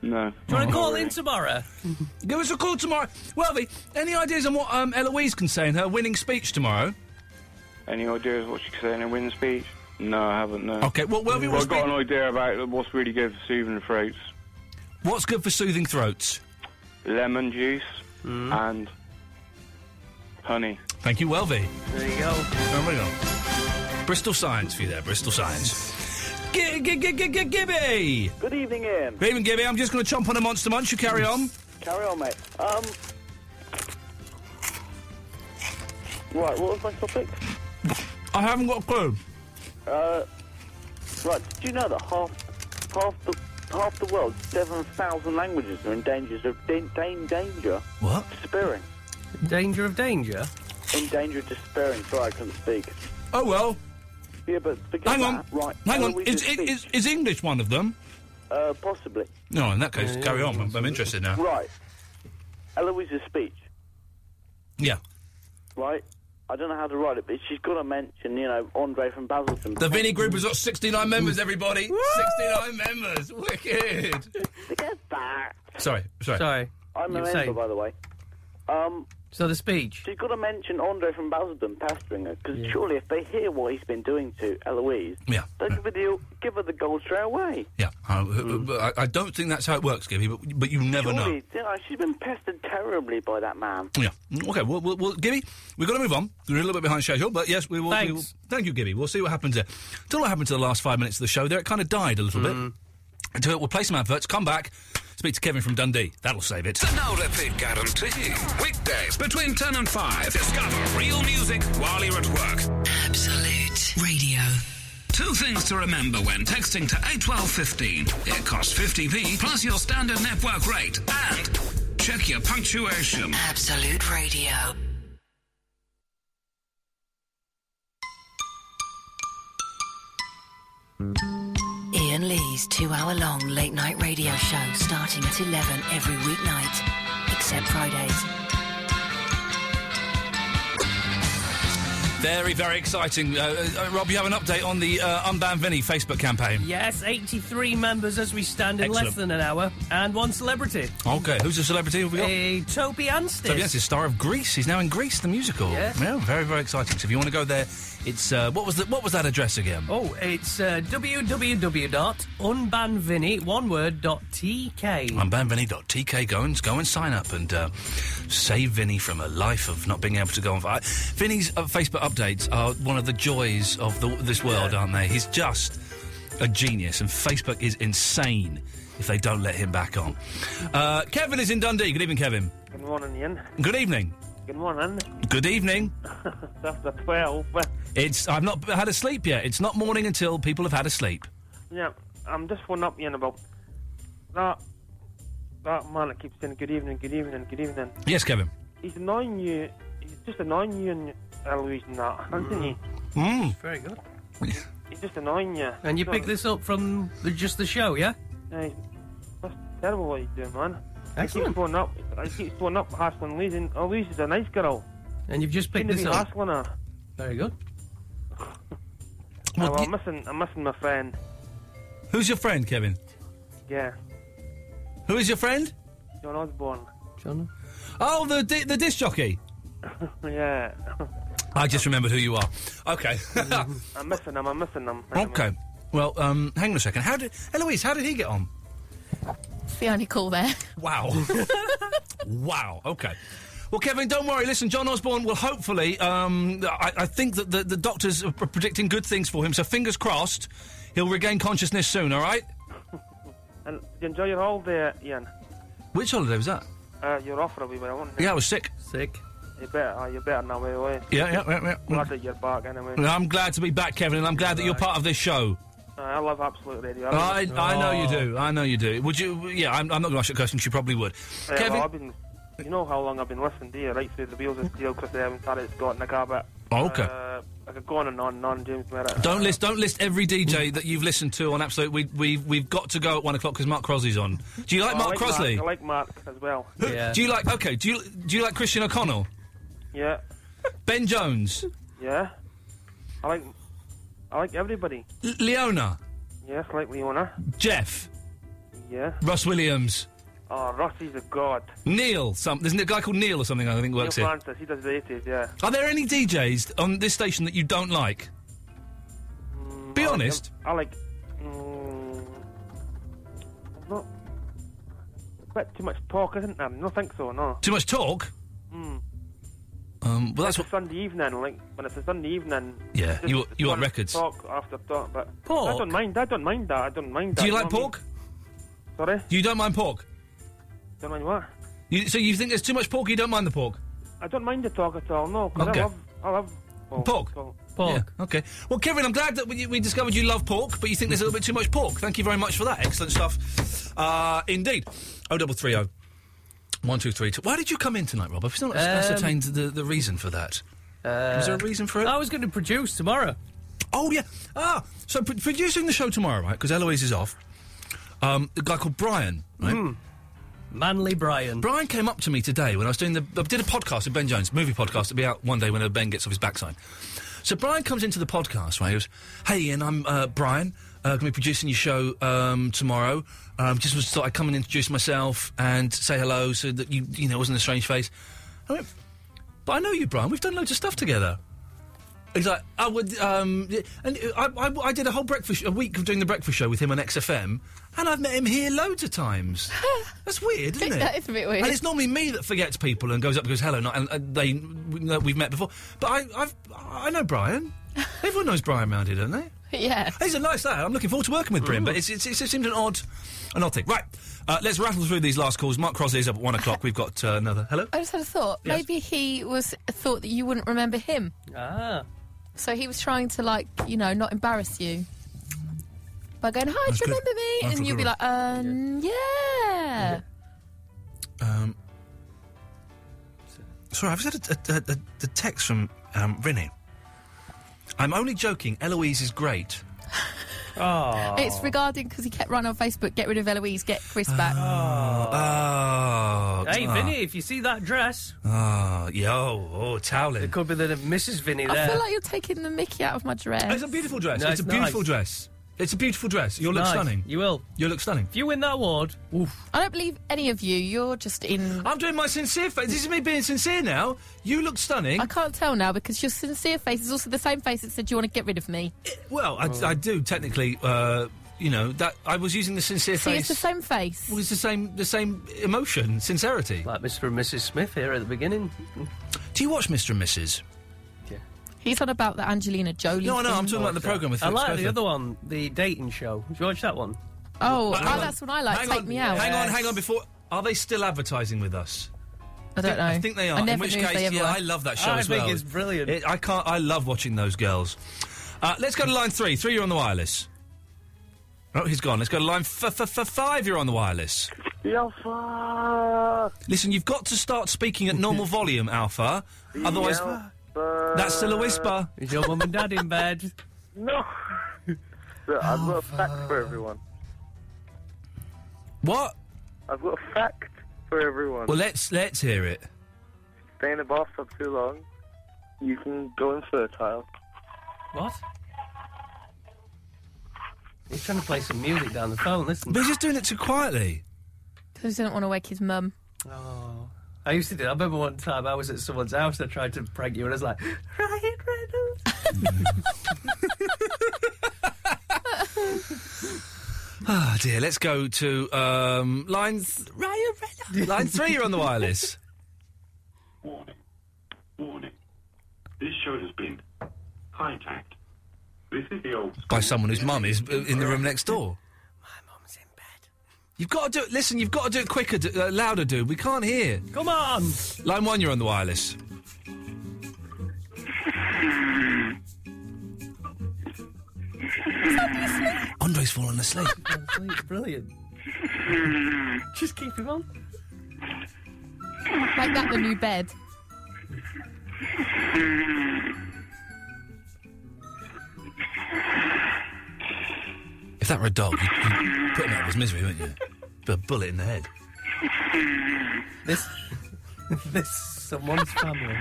S21: No.
S3: Do you want to call in tomorrow?
S2: Give us a call tomorrow. Welvy, any ideas on what um, Eloise can say in her winning speech tomorrow?
S21: Any ideas what she could say in a win speech? No, I haven't. No.
S2: Okay, well, well, we
S21: I've
S2: was
S21: got an idea about what's really good for soothing throats:
S2: What's good for soothing throats?
S21: lemon juice and honey.
S2: Thank you, Welvy.
S3: There you go.
S2: Oh my God. Bristol Science for you there, Bristol Science. G- g- g- g- g- Gibby!
S7: Good evening, Ian.
S2: Raven Gibby, I'm just going to chomp on a monster munch. You carry on.
S7: Carry on, mate. Um. Right, what was my topic?
S2: I haven't got a clue.
S7: Uh. Right, did you know that half, half the, half the world's seven thousand languages are in danger of dan- dan- danger
S2: What?
S7: despairing,
S3: Danger of danger?
S7: in danger of despairing. Sorry, I couldn't speak.
S2: Oh well.
S7: Yeah, but forget
S2: Hang on.
S7: that. Right,
S2: Hang on.
S7: Eloise's
S2: Is, is,
S7: speech.
S2: is, is English one of them?
S7: Uh, possibly.
S2: No, in that case,
S7: Yeah,
S2: carry on. I'm, I'm interested now.
S7: Right. Eloise's speech.
S2: Yeah.
S7: Right. I don't know how to write it, but she's got to mention, you know, Andre from Basildon.
S2: The Vinny Group has got 69 members, everybody. 69 members. Wicked. Sorry, sorry.
S3: Sorry.
S7: I'm
S3: You
S7: a
S3: were
S7: member,
S3: saying-
S7: by the way. Um,
S3: So the speech.
S7: she's got to mention Andre from Basildon pestering her, because surely if they hear what he's been doing to Eloise,
S2: Yeah. Uh,
S7: they'll give her the, give her the gold straight away.
S2: Yeah, I, I, I don't think that's how it works, Gibby, but, but you never know.
S7: Surely, you know, she's been pestered terribly by that man.
S2: Yeah. Mm, Okay. Well, well, well Gibby, we've got to move on. We're a little bit behind schedule, but yes, we will. We
S7: Thanks.
S2: will thank you, Gibby. We'll see what happens there. Don't know what happened to the last five minutes of the show. There, it kind of died a little bit. Until it, we'll play some adverts. Come back. Speak to Kevin from Dundee. That'll save it.
S22: The no repeat guarantee. Weekdays between 10 and 5. Discover real music while you're at work. Absolute Radio. Two things to remember when texting to 81215. It costs 50p plus your standard network rate. And check your punctuation.
S1: Absolute Radio. Ian Lee's two hour long late night radio show starting at 11 every weeknight, except Fridays.
S2: Very, very exciting. Uh, uh, Rob, you have an update on the uh, Unban Vinny Facebook campaign.
S3: Yes, 83 members as we stand in less
S2: Excellent.
S3: than an hour, and one celebrity.
S2: Okay. Who's the celebrity? Have we got?
S3: A Toby Anstis.
S2: So yes, it's star of Greece. He's now in Greece, the musical.
S3: Yes.
S2: Yeah, very, very exciting. So if you want to go there, it's uh, what was the, what was that address again?
S3: Oh, it's uh, www.unbanvinny, one word, dot TK.
S2: I'm banvinny.tk. Go and, go and sign up and uh, save Vinny from a life of not being able to go on. I, Vinny's uh, Facebook updates are one of the joys of the, this world, aren't they? He's just a genius, and Facebook is insane if they don't let him back on. Uh, Kevin is in Dundee. Good evening, Kevin.
S23: Good morning, Ian.
S2: Good evening.
S23: Good morning.
S2: Good evening.
S23: That's the 12.
S2: It's I've not had a sleep yet. It's not morning until people have had a sleep.
S23: Yeah, I'm just one up, Ian, about that, that man that keeps saying good evening, good evening, good evening.
S2: Yes, Kevin.
S23: He's annoying you. He's just annoying you and Eloise and that, isn't he?
S2: Mm.
S23: Very good. He's just annoying you.
S3: And you pick this up from the, just the show, yeah?
S23: Yeah, he's- that's terrible what he's doing, man. He
S3: Excellent.
S23: keeps going up. He keeps going up, hassling Eloise. and Eloise is a nice girl.
S3: And you've just picked
S23: Shouldn't
S3: this
S23: be
S3: up.
S23: hassling her.
S3: Very good.
S23: Oh, well, I'm missing, I'm missing my friend.
S2: Who's your friend, Kevin?
S23: Yeah,
S2: Who is your friend?
S23: John Osborne.
S3: John.
S2: Oh, the di- the disc jockey.
S23: yeah.
S2: I just remembered who you are. Okay.
S23: I'm missing him. I'm missing him.
S2: okay. Well, um, hang on a second. How did Eloise? How did he get on?
S5: It's the only call there.
S2: Wow. wow. Okay. Well, Kevin, don't worry. Listen, John Osborne will hopefully. Um, I, I think that the, the doctors are pre- predicting good things for him, so fingers crossed he'll regain consciousness soon, all right?
S23: And you enjoy your holiday, Ian.
S2: Which holiday was that?
S23: Uh, you're off for a wee while, aren't you?
S2: Yeah, I was sick.
S3: Sick.
S23: You better, oh, you better now, anyway.
S2: Yeah, yeah, yeah, yeah.
S23: Glad that you're back, anyway.
S2: Well, I'm glad to be back, Kevin, and I'm glad that you're part of this show.
S23: Uh, I love Absolute Radio. Oh.
S2: I, I know you do. I know you do. Would you? Yeah, I'm, I'm not going to ask you a question. She probably would.
S23: Yeah, well, I've been, you know how long I've been listening to you, right through the wheels of steel, because I haven't had it got in the car, but...
S2: Oh, okay.
S23: Uh, I could go on and on and on, James Merritt.
S2: Don't list don't list every DJ that you've listened to on Absolute. We we've we've got to go at one o'clock because Mark Crosley's on. Do you like
S23: Oh,
S2: Mark
S23: I like
S2: Crosley?
S23: Mark, I like Mark as well.
S2: Who- Do you like okay? Do you do you like Christian O'Connell?
S23: Yeah,
S2: Ben Jones,
S23: yeah. I like... I like everybody.
S2: L- Leona,
S23: Yes, I like Leona.
S2: Jeff,
S23: Yeah.
S2: Russ Williams,
S23: Oh, Rossi's a god.
S2: Neil. Some there's a guy called Neil or something I think works
S23: Neil
S2: here.
S23: Francis, he does the 80s, yeah.
S2: Are there any DJs on this station that you don't like? Be honest.
S23: Mm, I like. Mm, I'm not. A bit too much talk, isn't there? I don't think so, no.
S2: Too much talk.
S23: Mm.
S2: Um, well, that's
S23: what. Sunday evening, like when it's a Sunday evening.
S2: Yeah, you you want records?
S23: Talk after talk, but
S2: Pork?
S23: I don't mind. I don't mind that. I don't mind that.
S2: Do you like
S23: know what I mean?
S2: pork?
S23: Sorry.
S2: You don't mind pork.
S23: Don't mind what?
S2: You, so you think there's too much pork? You don't mind the pork.
S23: I don't mind the talk at all. No, 'cause
S2: Okay.
S23: I love. I love. Pork.
S2: Pork.
S23: so-
S2: Yeah, okay. Well, Kevin, I'm glad that we, we discovered you love pork, but you think there's a little bit too much pork. Thank you very much for that. Excellent stuff. Uh, indeed. O double three O. One two three two. Why did you come in tonight, Rob? I've still not
S3: Um, uh,
S2: ascertained the, the reason for that. Was there a reason for it?
S3: I was going to produce tomorrow.
S2: Oh yeah. Ah, so pr- producing the show tomorrow, right? Because Eloise is off. Um, a guy called Brian, right?
S3: Hmm. Manly Brian.
S2: Brian came up to me today when I was doing the. I did a podcast with Ben Jones, movie podcast. It'll be out one day whenever Ben gets off his backside. So Brian comes into the podcast, right? He was, "Hey, Ian, I'm uh, Brian. Uh, going to be producing your show um, tomorrow. Um, just was, thought I'd come and introduce myself and say hello, so that you, you know, it wasn't a strange face." I went, "But I know you, Brian. We've done loads of stuff together." He's like, I would, um, y- and I, I, I did a whole breakfast, a week of doing the breakfast show with him on XFM, and I've met him here loads of times. That's weird, isn't it?
S5: That is a bit weird.
S2: And it's normally me that forgets people and goes up and goes hello, not, and, and they we know we've met before. But I, I've, I know Brian. Everyone knows Brian round here, don't they?
S5: yeah.
S2: He's a nice lad. I'm looking forward to working with Brian, but it's, it's, it's, it seems an odd, an odd thing. Right, uh, let's rattle through these last calls. Mark Crosley is up at one o'clock. We've got uh, another hello.
S5: I just had a thought.
S2: Yes.
S5: Maybe he was thought that you wouldn't remember him,
S3: Ah.
S5: so he was trying to like you know not embarrass you by going, "Hi,
S2: That's
S5: do you
S2: good.
S5: remember me?"
S2: That's a
S5: and you'd
S2: good
S5: be
S2: one.
S5: like, "Um, yeah."
S2: Um, sorry, I've just had a, a, a, a text from um, Rennie. I'm only joking. Eloise is great. Oh.
S5: It's regarding because he kept running on Facebook, get rid of Eloise, get Chris back.
S2: Oh.
S3: Hey,
S2: ah,
S3: Vinny, if you see that dress,
S2: Oh, yo, oh, toweling. It
S3: could be the Mrs. Vinny
S5: I
S3: there.
S5: feel like you're taking the mickey out of my dress.
S2: It's a beautiful dress.
S3: No,
S2: it's,
S3: it's
S2: a beautiful
S3: nice.
S2: dress. It's a beautiful dress. You'll look
S3: Nice.
S2: stunning.
S3: You will.
S2: You'll look stunning.
S3: If you win that award, oof.
S5: I don't believe any of you. You're just in.
S2: I'm doing my sincere face. This is me being sincere now. You look stunning.
S5: I can't tell now because your sincere face is also the same face that said you want to get rid of me.
S2: Well, I, I do technically. Uh, you know that I was using the sincere
S5: See,
S2: face.
S5: it's the same face.
S2: Well, it's the same, the same emotion, sincerity.
S3: Like Mr. and Mrs. Smith here at the beginning.
S2: Do you watch Mr. and Mrs.?
S5: He's on about the Angelina Jolie. thing.
S3: I like the other one, the dating show. Did you watch that one?
S5: Oh,
S2: Hang
S5: oh,
S2: on.
S5: that's what I like.
S2: Hang
S5: Take
S2: on,
S5: me out.
S2: Hang on, hang on. Before are they still advertising with us?
S5: I don't
S2: think- I
S5: know.
S2: think they
S5: I
S2: are. in
S5: never
S2: which
S5: knew if
S2: case,
S5: they ever
S2: yeah,
S5: were.
S2: I love that show
S3: I
S2: as well.
S3: think it's brilliant.
S2: It- I can't. I love watching those girls. Uh, let's go to line three. Three, you're on the wireless. Oh, he's gone. Let's go to line f- f- f- five. You're on the wireless.
S7: Alpha.
S2: Listen, you've got to start speaking at normal volume, Alpha. Otherwise,
S7: Alpha.
S2: that's still a whisper.
S3: Is your mum and dad in bed?
S7: No. Look, I've
S2: Oh,
S7: got a fact for everyone.
S2: What?
S7: I've got a fact for everyone.
S2: Well, let's let's hear it.
S7: Stay in the bathtub too long, you can go infertile.
S3: What? He's trying to play some music down the phone. Listen.
S2: But he's just doing it too quietly.
S5: Because he didn't want to wake his mum.
S3: Oh. I used to do. I remember one time I was at someone's house. I tried to prank you, and I was like, Ryan Reynolds.
S2: Ah, dear. Let's go to um, line th- Ryan Reynolds. line three. You're on the wireless.
S24: Warning. Warning. This show has been hijacked. This is the old
S2: by someone whose mum is uh, in the room next door. My mum's in bed. You've got to do it. Listen, you've got to do it quicker, d- uh, louder, dude. We can't hear.
S3: Come on.
S2: Line one, you're on the wireless. Andre's fallen asleep.
S3: Brilliant. Just keep him on.
S5: Make that the new bed.
S25: If that were a dog, you'd, you'd put him out of his misery, wouldn't you? Put a bullet in the head.
S3: This, this someone's family.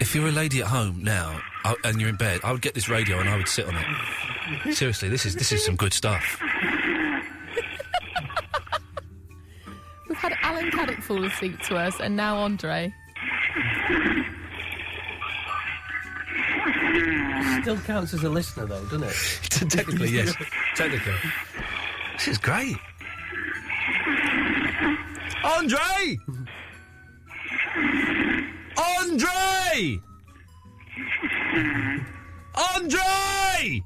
S25: If you're a lady at home now I, and you're in bed, I would get this radio and I would sit on it. Seriously, this is this is some good stuff.
S5: We've had Alan Caddick fall asleep to us, and now Andre.
S3: Still counts as a listener, though, doesn't it?
S2: Technically, yes. Technically. This is great. Andre! Andre! Andre!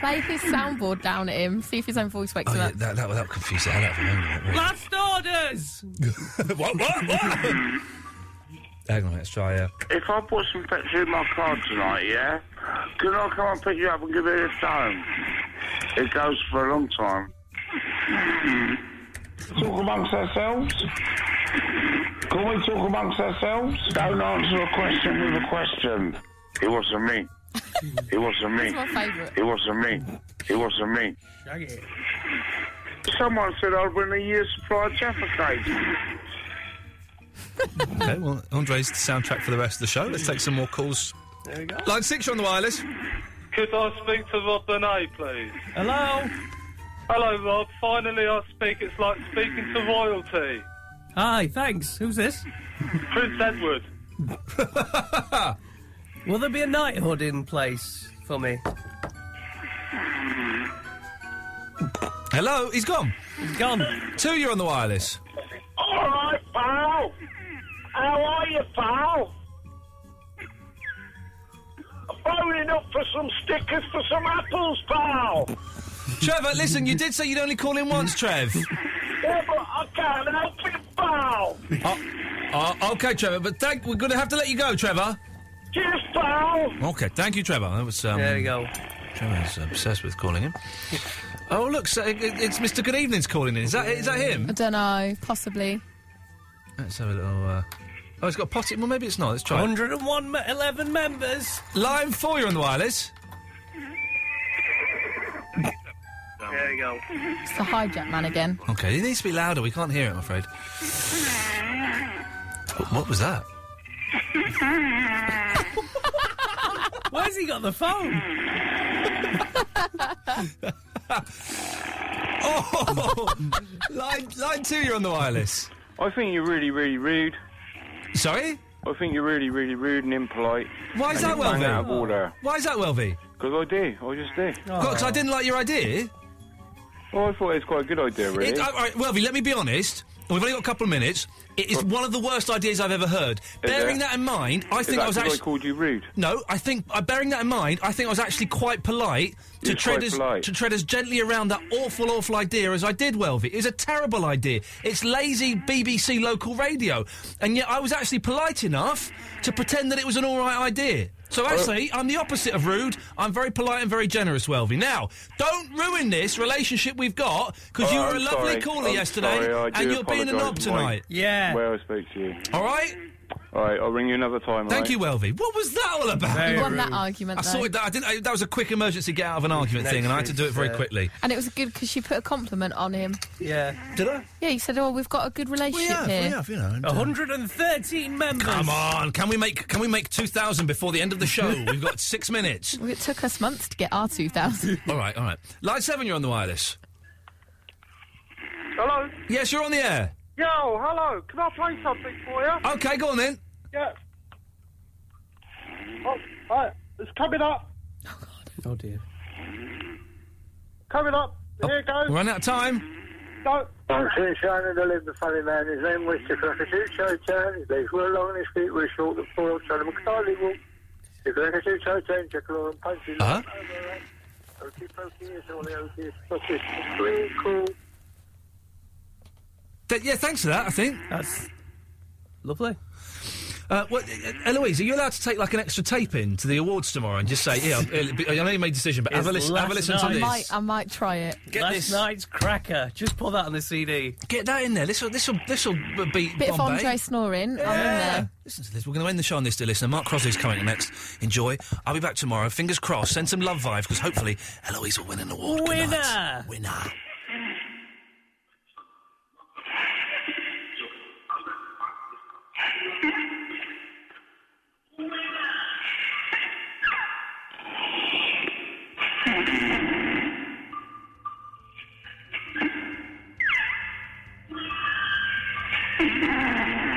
S5: Play his soundboard down at him. See if his own voice wakes
S25: Oh,
S5: him
S25: yeah,
S5: up.
S25: that, that, would- that would confuse the hell out of him. wouldn't it, really?
S3: Last orders!
S2: what, what, what? Hang on, let's try. Uh,
S9: If I bought some petrol in my car tonight, yeah, can I come and pick you up and give you a lift home? It goes for a long time.
S13: Talk amongst ourselves. Can we talk amongst ourselves? Don't answer a question with a question.
S9: It wasn't me. It wasn't me.
S13: That's my favourite.
S9: It wasn't me. It wasn't me.
S3: Shaggy.
S9: Someone said I'd win a year's supply of Jaffa cakes.
S2: okay, well, Andre's the soundtrack for the rest of the show. Let's take some more calls.
S26: There we go.
S2: Line six, you're on the wireless.
S7: Could I speak to Rob Bernay, please?
S3: Hello?
S7: Hello, Rob. Finally, I speak. It's like speaking to royalty.
S3: Hi, thanks. Who's this?
S7: Prince Edward.
S3: Will there be a knighthood in place for me?
S2: Hello, he's gone.
S3: He's gone.
S2: Two, you're on the wireless.
S12: All right, pal. How are you, pal? I'm phoning up for some stickers for some apples, pal.
S2: Trevor, listen, you did say you'd only call in once, Trev.
S12: Yeah, but I can't help it, pal.
S2: oh, oh, okay, Trevor, but thank, we're going to have to let you go, Trevor.
S12: Cheers, pal.
S2: Okay, thank you, Trevor. That was. Um,
S25: There
S2: you
S3: go.
S2: Trevor's obsessed with calling him. oh, look, so it, it- it's Mr. Good Evening's calling in. Is that is that him?
S5: I don't know. Possibly.
S2: Let's have a little. Uh... Oh, he's got a potty. Well, maybe it's not. Let's try. it.
S3: 101 me- 11 members.
S2: Line four, you're on the wireless.
S7: There you go.
S5: It's the hijack man again.
S2: Okay, it needs to be louder. We can't hear it, I'm afraid. Wh- What was that?
S3: Where's he got the phone?
S2: Oh, line, line two, you're on the wireless.
S21: I think you're really, really rude.
S2: Sorry?
S21: I think you're really, really rude and impolite.
S2: Why is
S21: and
S2: that,
S21: you bang
S2: Welby?
S21: out of order.
S2: Why is that, Welby?
S21: Because I do. I just do.
S2: Because Oh. I didn't like your idea.
S21: Well, I thought it was quite a good idea, really.
S2: It, uh, all right, Welby, let me be honest. We've only got a couple of minutes. It is one of the worst ideas I've ever heard. Bearing
S21: it?
S2: that in mind, I
S21: Is
S2: think
S21: that
S2: I was
S21: 'cause
S2: actually.
S21: I called you rude.
S2: No, I think uh, bearing that in mind, I think I was actually quite polite to
S21: was
S2: tread
S21: quite
S2: as
S21: polite.
S2: to tread as gently around that awful, awful idea as I did, Welvy. It was a terrible idea. It's lazy BBC local radio, and yet I was actually polite enough to pretend that it was an all right idea.
S21: Oh.
S2: So actually, I'm the opposite of rude. I'm very polite and very generous, Welvy. Now, don't ruin this relationship we've got because you
S21: Oh,
S2: were
S21: I'm
S2: a lovely
S21: sorry.
S2: caller
S21: I'm
S2: yesterday,
S21: sorry, I
S2: and
S21: do
S2: you're being a knob
S21: apologise, Mike.
S2: tonight.
S21: Where I spoke to you.
S2: All right.
S21: All right, I'll ring you another time.
S2: Thank
S21: all
S2: you, Welvy. What was that all about?
S5: Very You won that rude. argument,
S2: I
S5: though.
S2: sorted that. I didn't. I, that was a quick emergency get out of an argument thing, and I had to do it very
S5: uh,
S2: quickly.
S5: And it was good because she put a compliment on him.
S3: Yeah.
S2: Did I?
S5: Yeah, you said, "Oh, we've got a good relationship
S3: have, we
S5: here."
S3: have,
S2: you know. uh,
S3: 113 members.
S2: Come on, can we make can we make two thousand before the end of the show? We've got six minutes.
S5: Well, It took us months to get our two thousand.
S2: All right, all right. Line seven, you're on the wireless.
S7: Hello.
S2: Yes, you're on the air.
S7: Yo, hello. Can I play something for you?
S2: Okay, go on then.
S7: Yeah. Oh, right. It's coming up.
S3: Oh dear.
S7: Coming up. Here it goes.
S2: We're running out of time.
S27: don't.
S7: I'm Sir Shannon, I live the funny man. His name was the Cockatoo Show Town. His legs were long and his feet were short and poor. So the McCarthy walked. The Cockatoo Show Town, Jackal and Punchy.
S2: Uh-huh.
S7: Okey pokey is all the okies. Pokey twinkle.
S2: Th- yeah, thanks for that. I think
S3: that's lovely.
S2: Uh, what, uh, Eloise, are you allowed to take like an extra tape in to the awards tomorrow and just say, "Yeah, I I know you made a decision, but have a
S3: It's
S2: listen, have a
S3: last
S2: listen to
S5: I
S2: this."
S5: might, I might try it.
S3: Last night's cracker. Just put that on the CD.
S2: Get that in there. This will this will this will beat
S5: Bit of
S2: Bombay.
S5: Andre snoring. I'm in there.
S2: Listen to this. We're going to end the show on this, dear listener. Mark Crosley's coming up next. Enjoy. I'll be back tomorrow. Fingers crossed. Send some love vibes because hopefully Eloise will win an award. Good night.
S3: Winner.
S2: Winner.
S28: Thank you.